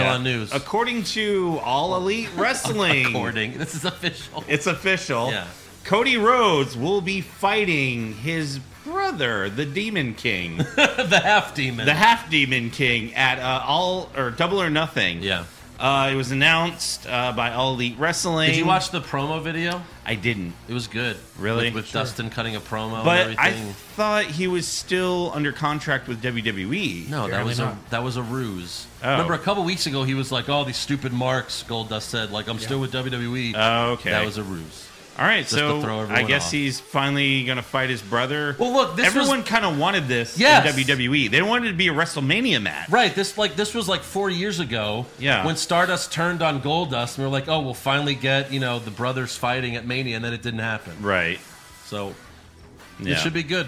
According to All Elite Wrestling,
According- this is official.
It's official. Yeah. Cody Rhodes will be fighting his brother, the Demon King,
the half demon,
the half Demon King at uh, All or Double or Nothing.
Yeah.
Uh, it was announced uh, by All Elite Wrestling.
Did you watch the promo video?
I didn't.
It was good.
Really?
With, with Dustin cutting a promo
But
and
I
everything.
thought he was still under contract with E. WWE.
No, that was a, that was a ruse.
Oh.
Remember a couple weeks ago he was like, "Oh, these stupid marks." Goldust said, "Like I'm still with WWE."
Oh, okay.
That was a ruse.
All right,
Just to
so
throw
I
everyone
guess
off.
he's finally going to fight his brother.
Well, look, this
everyone kind of wanted this
Yes.
in WWE. They wanted it to be a WrestleMania match.
Right. This like this was like four years ago.
Yeah.
When Stardust turned on Goldust, and we were like, "Oh, we'll finally get you know the brothers fighting at Mania," and then it didn't happen.
Right.
So
Yeah.
it should be good.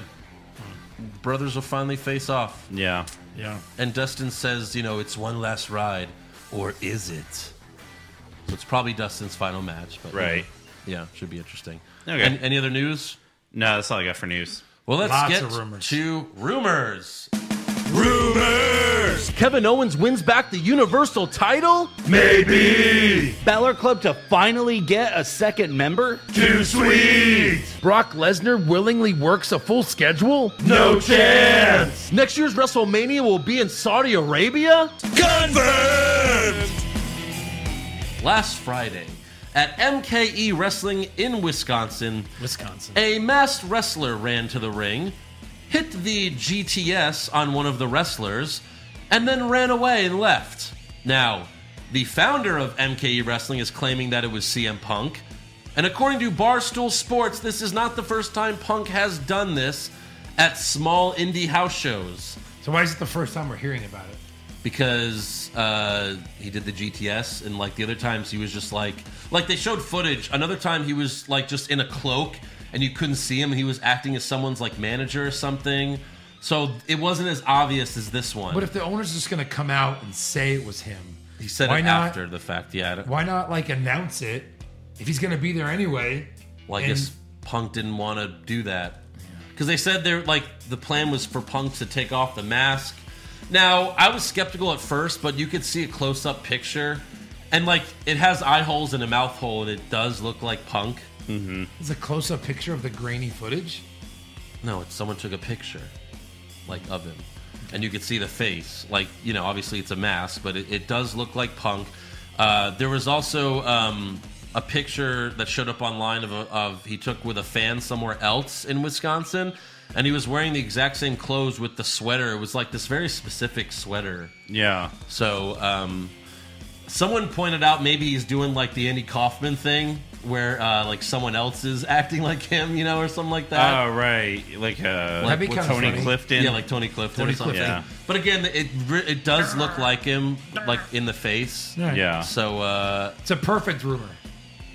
Brothers will finally face off.
Yeah.
Yeah.
And Dustin says, you know, it's one last ride, or is it? So it's probably Dustin's final match, but you know,
Right.
yeah, should be interesting.
Okay.
An- any other news?
No, that's all I got for news.
Well, let's
Lots
get
of rumors.
to rumors. Rumors. Kevin Owens wins back the Universal title.
Maybe.
Balor Club to finally get a second member?
Too sweet.
Brock Lesnar willingly works a full schedule?
No chance.
Next year's WrestleMania will be in Saudi Arabia? Confirmed!
Last Friday at MKE Wrestling in Wisconsin,
Wisconsin,
a masked wrestler ran to the ring, hit the GTS on one of the wrestlers, and then ran away and left. Now, the founder of MKE Wrestling is claiming that it was CM Punk, and according to Barstool Sports, this is not the first time Punk has done this at small indie house shows
So why is it the first time we're hearing about it?
because uh, he did the GTS, and like the other times he was just like, like they showed footage. Another time he was like just in a cloak, and you couldn't see him, and he was acting as someone's like manager or something. So it wasn't as obvious as this one.
But if the owner's just gonna come out and say it was him,
he said
why
it
not?
after the fact, yeah. I don't-
Why not like announce it
if he's going to be there anyway.
Well, I
and-
guess Punk didn't want to do that because they said they're like the plan was for Punk to take off the mask. Now I was skeptical at first, but you could see a close-up picture, and like it has eye holes and a mouth hole, and it does look like Punk. Mm-hmm.
It's a close-up picture of the grainy footage.
No, it's someone took a picture, like of him, and you could see the face. Like you know, obviously it's a mask, but it, it does look like Punk. Uh, there was also um, a picture that showed up online of, a, of he took with a fan somewhere else in Wisconsin, and he was wearing the exact same clothes with the sweater. It was like this very specific sweater.
Yeah.
So um, someone pointed out maybe he's doing like the Andy Kaufman thing. Where uh, like someone else is acting like him, you know, or something like that.
Oh, right. Like, uh,
Like
with
kinda
Tony
funny.
Clifton.
Yeah, like Tony Clifton
Tony
or something.
Clifton. Yeah.
But again, it re- it does look like him, like in the face.
Right. Yeah.
So uh,
It's a perfect rumor.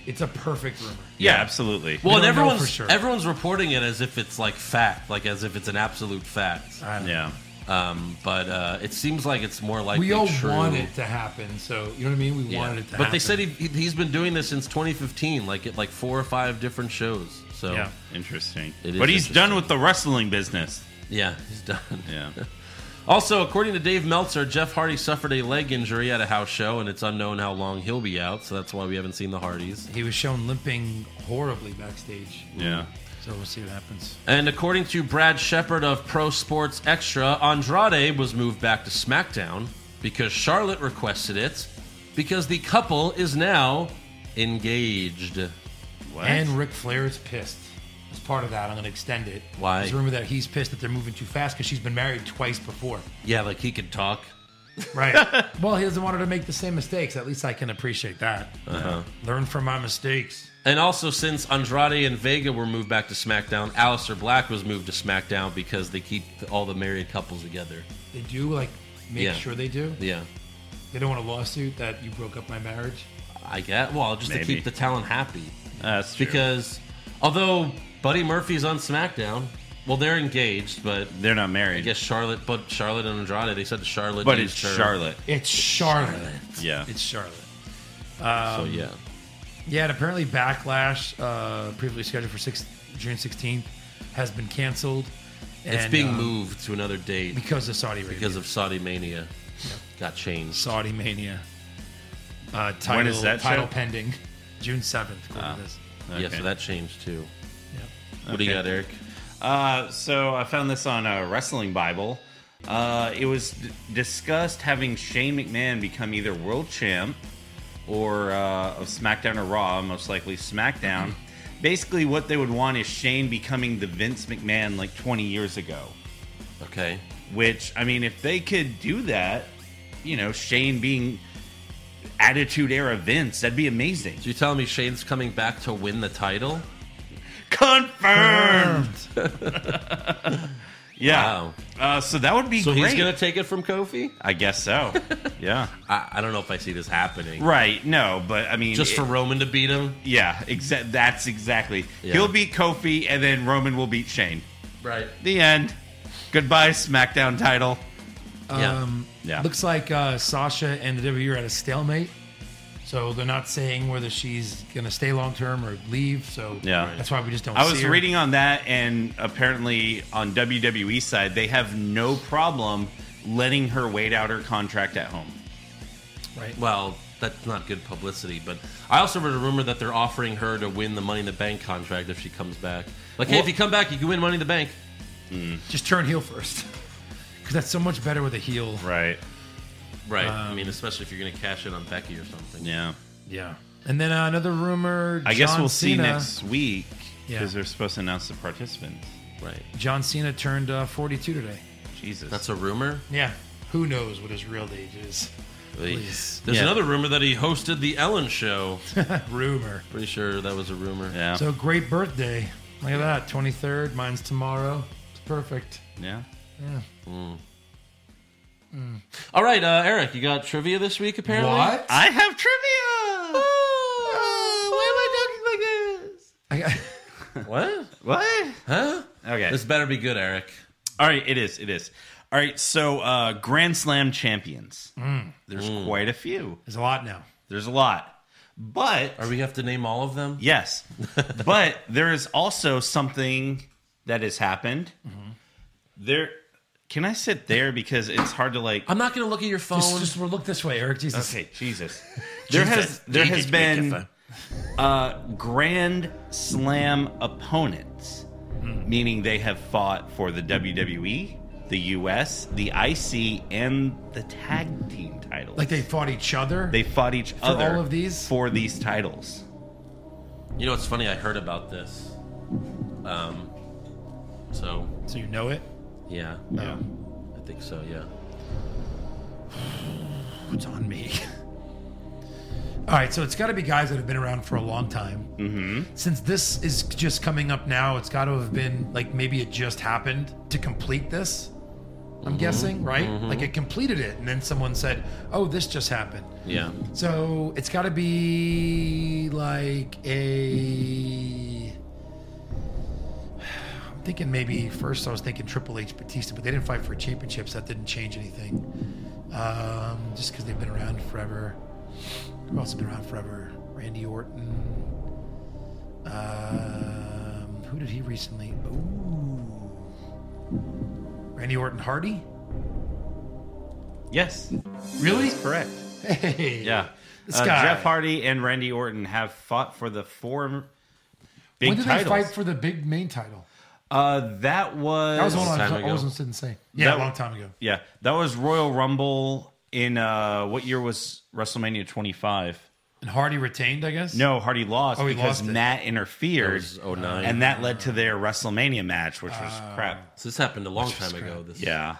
It's a perfect rumor.
Yeah, absolutely.
well, and
don't know
everyone's
for sure.
everyone's reporting it as if it's like fact, like as if it's an absolute fact.
Yeah.
Um, but uh, it seems like it's more likely
we all
true.
want it to happen, so you know what I mean. We
Yeah.
wanted it to
but
happen.
they said he, he- he's been doing this since 2015, like at like four or five different shows. So
Yeah. Interesting.
It is
But he's done with the wrestling business.
Yeah, he's done.
Yeah.
Also, according to Dave Meltzer, Jeff Hardy suffered a leg injury at a house show, and it's unknown how long he'll be out. So that's why we haven't seen the Hardys.
he was shown limping horribly backstage.
Yeah.
So we'll see what happens.
And according to Brad Shepard of Pro Sports Extra, Andrade was moved back to SmackDown because Charlotte requested it because the couple is now engaged. What?
And Ric Flair is pissed. As part of that, I'm going to extend it.
Why?
There's a rumor that he's pissed that they're moving too fast because she's been married twice before.
yeah, like he could talk.
Right. well, he doesn't want her to make the same mistakes. At least I can appreciate that.
Uh-huh.
Learn from my mistakes.
And also, since Andrade and Vega were moved back to SmackDown, Aleister Black was moved to SmackDown because they keep all the married couples together.
They do like make
Yeah.
sure they do.
Yeah.
They don't want a lawsuit that you broke up my marriage.
I get. Well, just to
Maybe.
keep the talent happy.
That's
true. Because although Buddy Murphy's on SmackDown, well, they're engaged, but
they're not married. I
guess Charlotte, but Charlotte and Andrade, they said Charlotte.
But
used
it's
her-
Charlotte.
It's Charlotte.
Yeah.
It's Charlotte. Um,
so yeah,
Yeah, and apparently Backlash, uh, previously scheduled for six, June 16th, has been canceled.
it's
And,
being
um,
moved to another date
because of Saudi Arabia.
because of Saudi Mania. Got changed.
Saudi Mania. Uh, title,
When is that Ah.
title
show?
pending? June 7th. according to this.
Yeah, so that changed too.
What do you got,
Eric?
Uh, so I found this on uh, Wrestling Bible. Uh, it was d- discussed having Shane McMahon become either world champ or uh, of SmackDown or Raw, most likely SmackDown. Basically, what they would want is Shane becoming the Vince McMahon like 20 years ago.
Okay.
Which I mean, if they could do that, you know, Shane being Attitude Era Vince, that'd be amazing.
So you telling me Shane's coming back to win the title?
Confirmed. yeah.
Wow.
Uh, so that would be
so
great.
he's gonna take it from Kofi.
I guess so. yeah.
I, I don't know if I see this happening.
Right. No, but I mean,
Just for Roman to beat him.
Yeah. Exa- that's exactly.
Yeah.
He'll beat Kofi, and then Roman will beat Shane.
Right.
The end. Goodbye, SmackDown title.
Um,
yeah.
Looks like uh, Sasha and the WWE are at a stalemate. So they're not saying whether she's going to stay long term or leave. So
Yeah.
that's why we just don't
I was
see her.
reading on that, and apparently on WWE side, they have no problem letting her wait out her contract at home.
Right.
Well, that's not good publicity. But I also read a rumor that they're offering her to win the Money in the Bank contract if she comes back. Like, hey,
Well-
if you come back, you can win Money in the Bank.
Just turn heel first. Because that's so much better with a heel.
Right.
Right. I
Um,
mean, especially if you're going to cash in on Becky or something.
Yeah.
Yeah. And then uh, another rumor.
I guess
John
we'll see
Cena-
next week
Yeah.
because they're supposed to announce the participants.
Right.
John Cena turned uh, 42 today.
Jesus.
That's a rumor.
Yeah. Who knows what his real age is?
There's
Please.
another rumor that he hosted the Ellen Show.
rumor.
Pretty sure that was a rumor.
Yeah.
So great birthday. Look at that. 23rd. Mine's tomorrow. It's perfect.
yeah.
Yeah.
All right, uh, Eric, you got trivia this week, apparently?
What?
I have trivia.
Oh!
why am I talking like this?
What?
What?
Huh?
Okay.
This better be good, Eric.
All right, it is. It is. All right, so uh, Grand Slam champions.
Mm.
There's quite a few.
There's a lot now.
There's a lot. But are
we have to name all of them?
Yes. but there is also something that has happened.
Mm-hmm.
There can I sit there because it's hard to like
I'm not going to look at your phone.
Just, just we'll look this way, Eric. Jesus.
Okay, Jesus. There
Jesus.
has there has
Jesus,
been
Christopher.
uh, grand slam opponents,
Hmm.
meaning they have fought for the WWE, the US, the IC, and the tag team titles.
Hmm. Like they fought each other.
They fought each
For
other
all of these?
for these titles.
You know, it's funny. I heard about this. Um, so
so you know it?
Yeah.
Yeah.
I think so. Yeah.
What's on me? All right, so it's got to be guys that have been around for a long time.
Mm-hmm.
Since this is just coming up now, it's got to have been like maybe it just happened to complete this. I'm
Mhm.
guessing, right?
Mhm.
Like it completed it, and then someone said, "Oh, this just happened."
Yeah.
So it's got to be like a. I'm thinking maybe first I was thinking Triple H Batista, but they didn't fight for championships. That didn't change anything. Um, just because they've been around forever. Who else has been around forever? Randy Orton. Um, who did he recently? Ooh. Randy Orton Hardy?
Yes.
Really?
That's correct.
Hey.
Yeah.
This
Uh,
guy.
Jeff Hardy and Randy Orton have fought for the four big
when did
titles.
they fight for the big main title?
Uh, that was
That was one I was- I wasn't sitting saying. Yeah,
That-
a long time ago.
Yeah, that was Royal Rumble in uh, what year was WrestleMania 25?
And Hardy retained, I guess.
No, Hardy lost
Oh, he
because
lost it.
Matt interfered,
That was 09.
and that led to their Wrestlemania match, which was
Ah.
crap.
So this happened a long time ago. This
Yeah,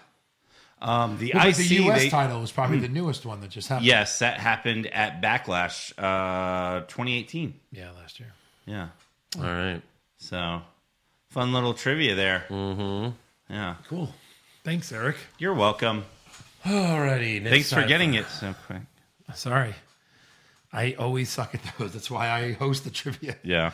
um, the
Well, but
IC
the U.S.
they-
title was probably
Hmm.
the newest one that just happened.
Yes, that happened at Backlash uh, 2018.
Yeah, last year.
Yeah.
All right.
So, fun little trivia there. Mm-hmm. Yeah.
Cool. Thanks, Eric.
You're welcome.
Alrighty. next
Thanks for
time
getting it so quick.
Sorry. I always suck at those. That's why I host the trivia.
Yeah.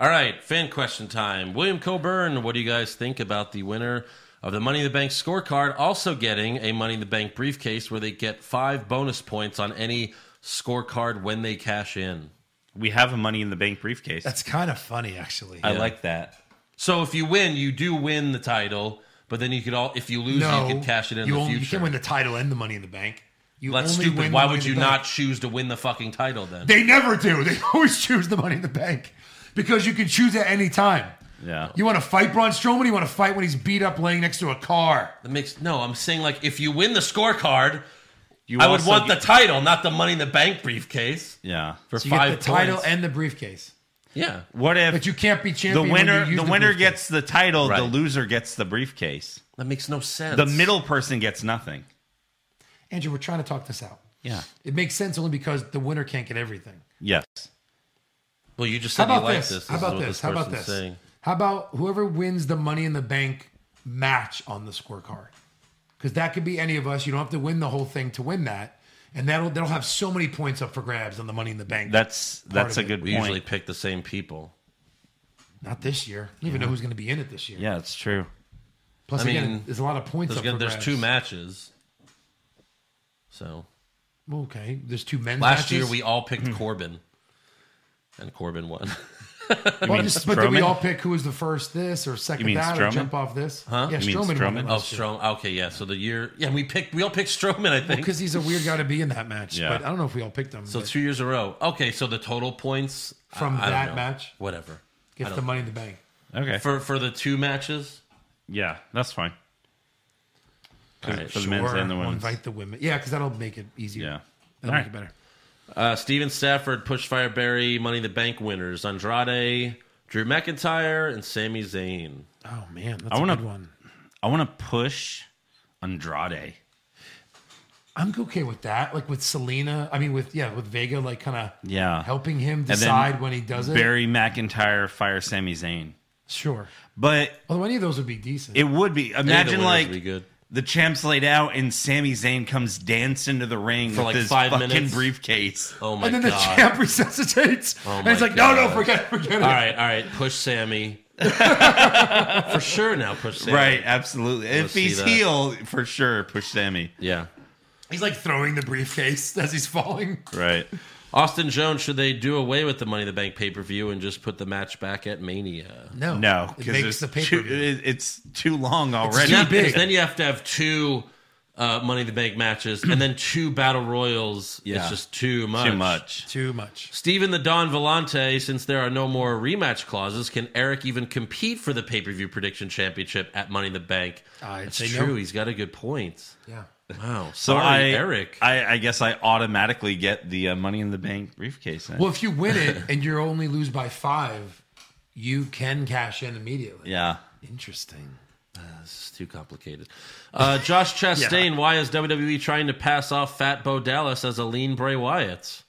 All right, fan question time. William Coburn, what do you guys think about the winner of the Money in the Bank scorecard also getting a Money in the Bank briefcase where they get five bonus points on any scorecard when they cash in?
We have a Money in the Bank briefcase.
That's kind of funny, actually.
Yeah.
that.
So if you win, you do win the title, but then you could all if you lose,
no,
you could cash it in
you
the
only- You
future.
can win the title and the money in the bank. You
That's
only win
stupid.
the
Why
Money
would
in
you
the Bank.
not choose to win the fucking title then?
They never do. They always choose the money in the bank because you can choose at any time.
Yeah.
You want to fight Braun Strowman? You want to fight when he's beat up laying next to a car?
That makes no. I'm saying like if you win the scorecard,
You
I would
also
want
get-
the title, not the Money in the Bank briefcase.
Yeah.
for
So you
five
get the title
points.
and the briefcase.
yeah.
What if
But you can't be champion.
the
when
winner
you use
the
the
winner
briefcase.
gets the title, the
Right.
loser gets the briefcase.
That makes no sense.
The middle person gets nothing.
Andrew, we're trying to talk this out.
Yeah.
It makes sense only because the winner can't get everything.
Yes.
Well, you just
How
said you
about
like
this?
this.
How
is
about
what
this? How about
person's
this? How about whoever wins the Money in the Bank match on the scorecard? Because that could be any of us. You don't have to win the whole thing to win that, and that'll that'll have so many points up for grabs on the Money in the Bank.
That's
part
that's a
of it.
good
We
point.
usually pick the same people.
Not this year. I don't even
Yeah.
know who's going to be in it this year.
yeah, it's true.
Plus,
I
again,
mean,
there's a lot of points
There's,
up for
gonna- there's
grabs.
two matches. So
Well, okay, there's two men's.
last year
matches. Hmm.
we all picked Corbin, and Corbin won.
Well, just- but did we all pick who was the first this or second
mean
that or
Strowman?
jump off this?
Huh?
Yeah, Strowman. won
Oh,
last year.
Strowman. Okay, yeah. So the year, yeah, we picked. We all picked Strowman, I think,
because he's a weird guy to be in that match.
Yeah.
But I don't know if we all picked him.
So
but
two years in a row. Okay, so the total points
From
I- I don't
that
know.
match?
whatever, I
gets
don't-
the money in the bank.
Okay.
for for the two matches.
Yeah, that's fine.
All right.
For the men's
Or
and the
we'll
women's.
invite the women. Yeah, because that'll make it easier.
Yeah.
that'll
All
make it better.
Uh, Steven Stafford, Push Fire Barry, Money in the Bank winners: Andrade, Drew McIntyre, and Sami Zayn.
Oh man, that's
I
a
wanna
good one.
I wanna push Andrade.
I'm okay with that. Like with Selena, I mean with yeah, with Vega, like kind of
Yeah.
helping him
And then
decide when he does it.
Barry McIntyre fire Sami Zayn.
Sure.
But
Although any of those would be decent.
It would be.
of the
Imagine
winners
like
would be good.
the champ's laid out and Sami Zayn comes dancing to the ring
For
with
like
his
five
fucking
minutes.
briefcase.
Oh my
and then the
God.
champ resuscitates,
Oh
and
my
he's like, "No, no,
God.
forget, it, forget it."
All right, all right. Push Sammy. For sure now, push Sammy.
Right, absolutely.
We'll
if
see
he's
that.
heel, for sure, push Sammy.
Yeah.
He's like throwing the briefcase as he's falling.
Right.
Austin Jones, should they do away with the Money in the Bank pay per view and just put the match back at Mania?
No.
No,
It
because
makes
it's,
the
too- it- it's too long already.
Yeah, because Then you have to have two uh, Money in the Bank matches and then two Battle Royals. It's
Yeah.
just too much.
Too much.
Too much.
Steven the Don Vellante, since there are no more rematch clauses, can Eric even compete for the pay per view prediction championship at Money in the Bank?
I'd
That's
say no.
true. He's got a good point.
Yeah.
Wow.
So
Sorry,
I,
Eric.
I, I guess I automatically get the uh, Money in the Bank briefcase. Then.
Well, if you win it and you only lose by five, you can cash in immediately.
yeah,
Interesting.
This is too complicated. Uh, Josh Chastain, why is WWE trying to pass off Fat Bo Dallas as a lean Bray Wyatt?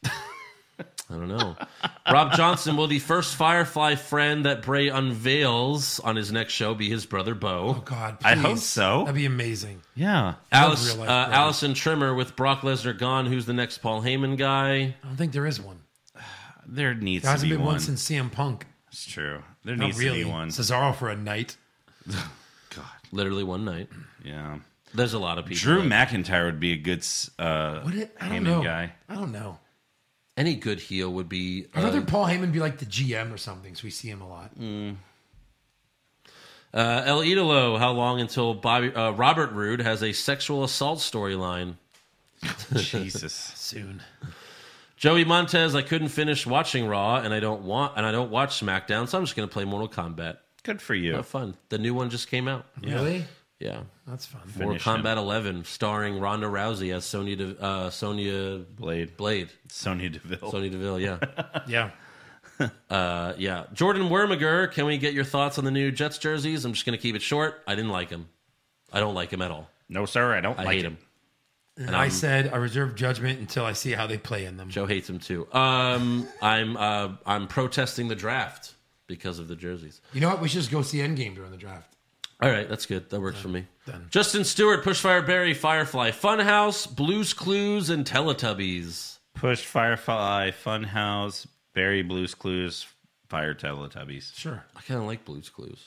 I don't know. Rob Johnson, will the first Firefly friend that Bray unveils on his next show be his brother Bo? Oh,
God.
I
please.
hope so.
That'd be amazing.
yeah.
Alice,
Love
uh,
real life Bray.
Allison Trimmer with Brock Lesnar gone. Who's the next Paul Heyman guy?
I don't think there is one.
there needs
There
to
hasn't
be
been
one.
one since CM Punk.
it's true. There
Not
needs
really.
to be one.
Cesaro for a night.
Literally one night.
Yeah.
There's a lot of people.
Drew
that-
McIntyre would be a good s- uh,
What it, I don't
Heyman
know.
guy.
I don't know.
Any good heel would be.
I'd rather
uh,
Paul Heyman be like the GM or something, so we see him a lot.
Mm.
Uh, El Idolo, how long until Bobby uh, Robert Roode has a sexual assault storyline?
Jesus,
soon.
Joey Montez, I couldn't finish watching Raw, and I don't want, and I don't watch SmackDown, so I'm just going to play Mortal Kombat.
Good for you.
Have fun. The new one just came out.
Really?
Yeah.
That's fun.
Mortal
Finish him.
Kombat 11, starring Ronda Rousey as Sonya, De- uh, Sonya
Blade.
Blade,
Sonya Deville.
Sonya Deville. Yeah,
Yeah.
uh, yeah. Jordan Wermiger, can we get your thoughts on the new Jets jerseys? I'm just going to keep it short. I didn't like him. I don't like him at all.
no, sir. I don't
I
like
hate
it.
him.
And,
And
I
Um,
I'm-
said I reserve judgment until I see how they play in them.
Joe hates him too. Um, I'm uh, I'm protesting the draft because of the jerseys.
You know what? We should just go see Endgame during the draft.
All right, that's good. That works for me. Justin Stewart, Pushfire Barry, Firefly, Funhouse, Blues Clues, and Teletubbies.
Push Firefly, Funhouse, Barry Blues Clues, Fire Teletubbies.
Sure.
I kind of like Blues Clues.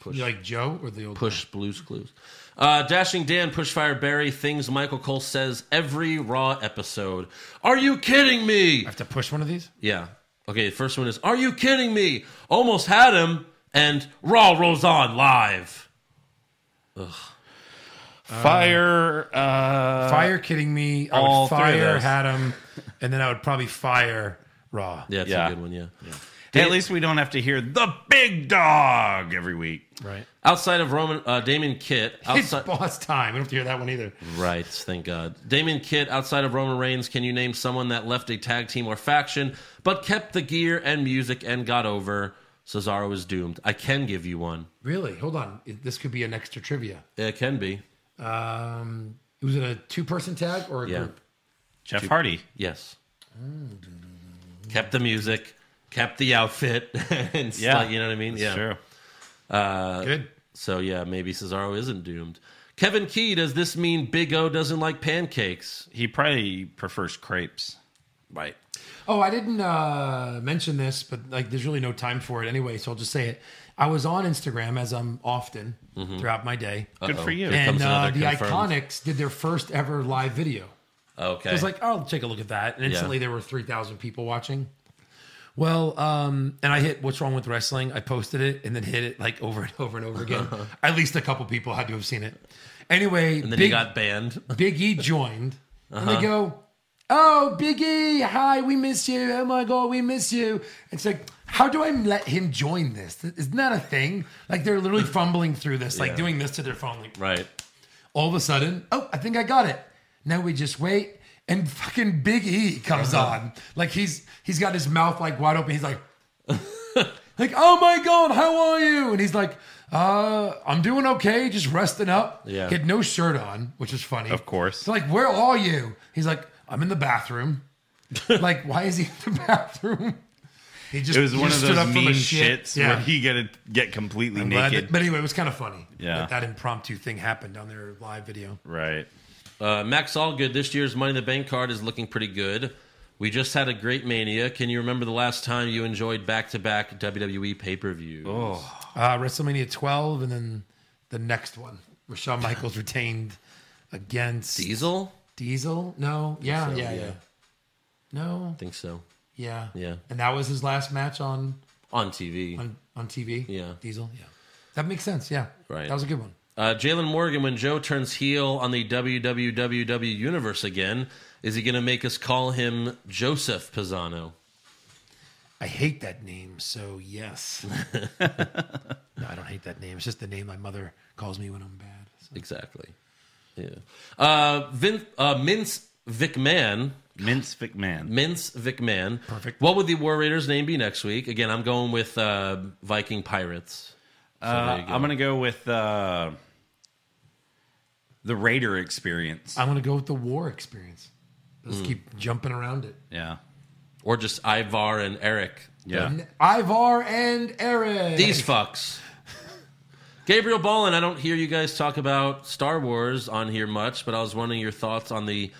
Push,
You like Joe or the old
push Blues Clues. Uh, Dashing Dan, Pushfire Barry, things Michael Cole says every Raw episode. Are you kidding me?
I have to push one of these?
Yeah. Okay, the first one is Are you kidding me? Almost had him, and Raw rolls on live.
Fire. Uh,
Fire kidding me. I would
all three of
fire
those.
Haddam, and then I would probably fire Raw.
Yeah, it's
Yeah.
a good one, yeah.
At least we don't have to hear the big dog every week.
Right.
Outside of Roman uh, Damon Kitt, outside
It's boss time. I don't have to hear that one either.
Right, thank God. Damon Kidd, outside of Roman Reigns, can you name someone that left a tag team or faction but kept the gear and music and got over? Cesaro is doomed. I can give you one.
Really? Hold on. It- This could be an extra trivia.
It can be.
Um, it was in a two-person tag or a
Yeah.
group.
Jeff Hardy.
Yes. Kept the music, kept the outfit, and
Yeah.
yeah. you know what I mean?
That's
yeah.
true.
Good.
So yeah, maybe Cesaro isn't doomed. Kevin Key, does this mean Big O doesn't like pancakes?
He probably prefers crepes.
Right.
Oh, I didn't uh, mention this, but like, there's really no time for it anyway, so I'll just say it. I was on Instagram as I'm often throughout my day,
Good for you.
Here
and
comes
uh,
another
the
confirmed.
Iconics did their first ever live video.
Okay.
I was like, I'll take a look at that, and instantly there were three thousand people watching. Well, um, and I hit what's wrong with wrestling. I posted it and then hit it like over and over and over again. At least a couple people had to have seen it. Anyway,
and then he
big,
got Uh-huh. banned.
Big E joined, and they go, "Oh, Big E, hi, we miss you. Oh my God, we miss you." It's like, how do I let him join this? Isn't that a thing? Like they're literally fumbling through this, like
Yeah.
doing this to their phone. Like
right.
all of a sudden, oh, I think I got it. Now we just wait, and fucking Big E comes
Uh-huh.
on. Like he's he's got his mouth like wide open. He's like, like, oh my god, how are you? And he's like, uh, I'm doing okay, just resting up.
Yeah.
He had no shirt on, which is funny.
Of course.
They're like, where are you? He's like, I'm in the bathroom. like, why is he in the bathroom? He just
It was
he
one
just
of
stood
those
up from
mean
the shit.
shits
Yeah.
where he got to get completely
I'm glad
naked.
that- but anyway, it was kind of funny.
Yeah.
That, that impromptu thing happened on their live video.
right.
Uh, Max Allgood, this year's Money in the Bank card is looking pretty good. We just had a great mania. Can you remember the last time you enjoyed back to back WWE pay per view?
Uh, WrestleMania 12, and then the next one, where Shawn Michaels retained against
Diesel?
Diesel. No, yeah, yeah, yeah, No.
I think so.
Yeah.
Yeah.
And that was his last match on
On TV.
on, on TV.
yeah.
Diesel. Yeah. That makes sense. Yeah.
Right.
That was a good one.
Uh, Jalen Morgan, when Joe turns heel on the WWWW universe again, is he going to make us call him Joseph Pisano?
I hate that name, so yes. no, I don't hate that name. It's just the name my mother calls me when I'm bad.
Exactly. Yeah. Uh, Vin, uh, Mince McMahon.
Mince McMahon.
Mince McMahon.
Perfect.
What would the War Raiders name be next week? Again, I'm going with uh, Viking Pirates. So there
Uh,
you go.
I'm gonna go with uh, the Raider experience.
I'm going to go with the war experience. Let's
Mm.
keep jumping around it.
Yeah.
Or just Ivar and Eric.
And Ivar and Eric.
These fucks. Gabriel Ballin, I don't hear you guys talk about Star Wars on here much, but I was wondering your thoughts on the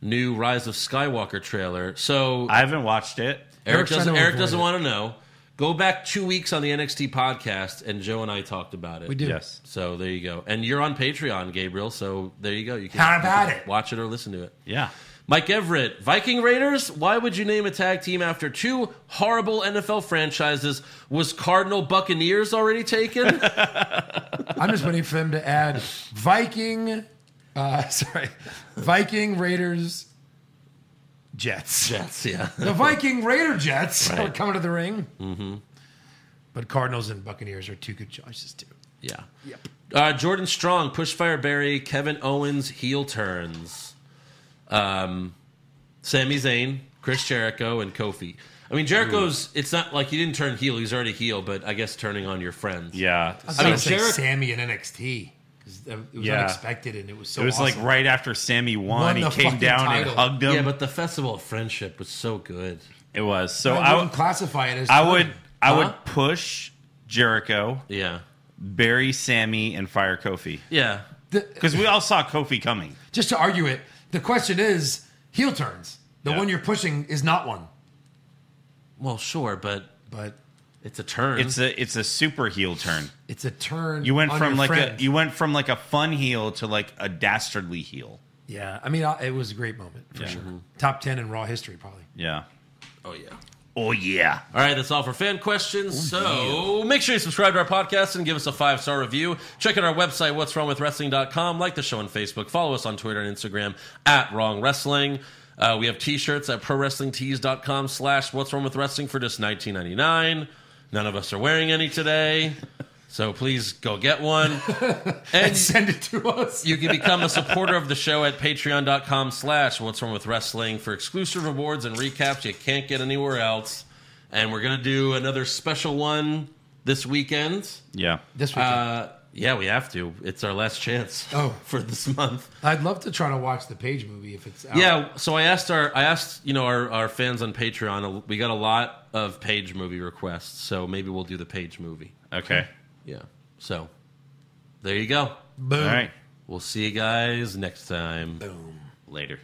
new Rise of Skywalker trailer. So
I haven't watched it.
Eric
Eric's
doesn't
trying to
Eric
avoid
doesn't
it.
want to know. Go back two weeks on the NXT podcast, and Joe and I talked about it.
We did. Yes.
So there you go. And you're on Patreon, Gabriel. So there you go. You can,
How about
you can Watch it or listen to it.
Yeah.
Mike Everett, Viking Raiders. Why would you name a tag team after two horrible NFL franchises? Was Cardinal Buccaneers already taken?
I'm just waiting for them to add Viking, uh, sorry, Viking Raiders Jets.
Jets, yeah.
The Viking Raider Jets are
Right.
coming to the ring.
mm-hmm.
But Cardinals and Buccaneers are two good choices, too.
Yeah.
Yep.
Uh, Jordan Strong, push fire Barry, Kevin Owens, heel turns. Um, Sami Zayn, Chris Jericho, and Kofi. I mean, Jericho's, it's not like he didn't turn heel. He's already heel, but I guess turning on your friends.
Yeah.
I was
I mean,
gonna say
Jericho.
Sammy and NXT because it was
Yeah.
unexpected and it was so.
it was
awesome.
like right after Sammy won,
Won
he
the
came
fucking
down
title.
and hugged him.
Yeah, but the Festival of Friendship was so good.
It was. So
I
I,
wouldn't
would
classify it as.
I would
turning.
I
Huh?
would push Jericho.
Yeah.
Bury Sammy and fire Kofi.
Yeah.
Because we all saw Kofi coming.
just to argue it. The question is heel turns. The
Yeah.
one you're pushing is not one.
Well, sure, but
but
it's a turn.
It's a it's a super heel turn.
It's a turn.
You went
on
from
your
like
friend.
a you went from like a fun heel to like a dastardly heel.
Yeah, I mean I- it was a great moment for
Yeah.
sure.
Mhm.
Top ten in Raw history probably.
Yeah.
Oh yeah.
Oh yeah.
All right, that's all for fan questions. so make sure you subscribe to our podcast and give us a five star review. Check out our website, what's wrong with wrestling.com. Like the show on Facebook. Follow us on Twitter and Instagram at wrong wrestling. Uh, we have t shirts at pro wrestling tees.com slash what's wrong with wrestling for just nineteen ninety nine. None of us are wearing any today. So please go get one. and
send it to us.
you can become a supporter of the show at patreon.com slash what's wrong with wrestling for exclusive rewards and recaps you can't get anywhere else and we're gonna do another special one this weekend
Yeah.
This weekend.
uh, yeah we have to it's our last chance
Oh.
for this month
I'd love to try to watch the Page movie if it's out.
yeah so i asked our i asked you know our, our fans on patreon we got a lot of page movie requests so maybe we'll do the page movie
Okay.
yeah so there you go
Boom.
All right.
we'll see you guys next time
boom
Later.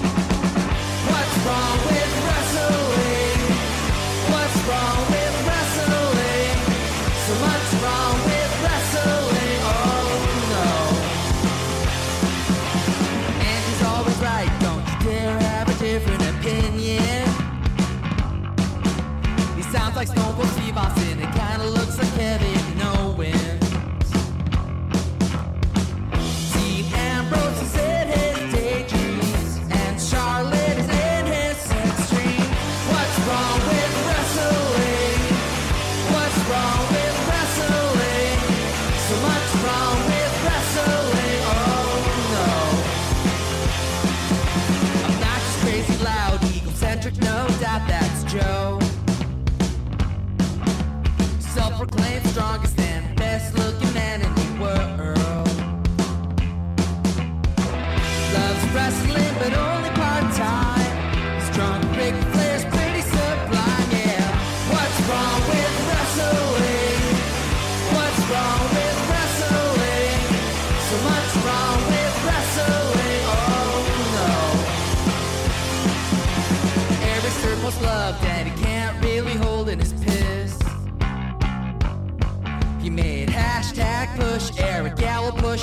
What's wrong with wrestling? What's wrong with wrestling? So much wrong with wrestling. Oh no. And he's always right. Don't you dare have a different opinion. He sounds like Stone Cold Steve Austin. It kinda looks like Kevin Owens. Dean Ambrose is in his daydreams, and Charlotte is in his sex dream. What's wrong with wrestling? What's wrong with wrestling? So much wrong with wrestling. Oh no. I'm not just crazy, loud, egocentric, no doubt that's Joe. Self-proclaimed strongest and best-looking man in the world. Loves wrestling, but only part time. Strong big players, pretty sublime, yeah. What's wrong with wrestling? What's wrong with wrestling? So much wrong with wrestling, oh no. Every circle's loved, and he can't really hold in his piss. He made hashtag push Eric Gallo push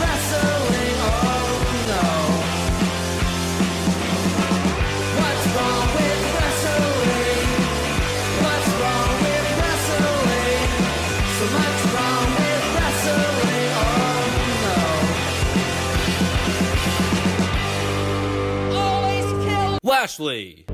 wrestling. Oh no. What's wrong with wrestling? What's wrong with wrestling? So much wrong with wrestling. Oh no. Always kill
Lashley.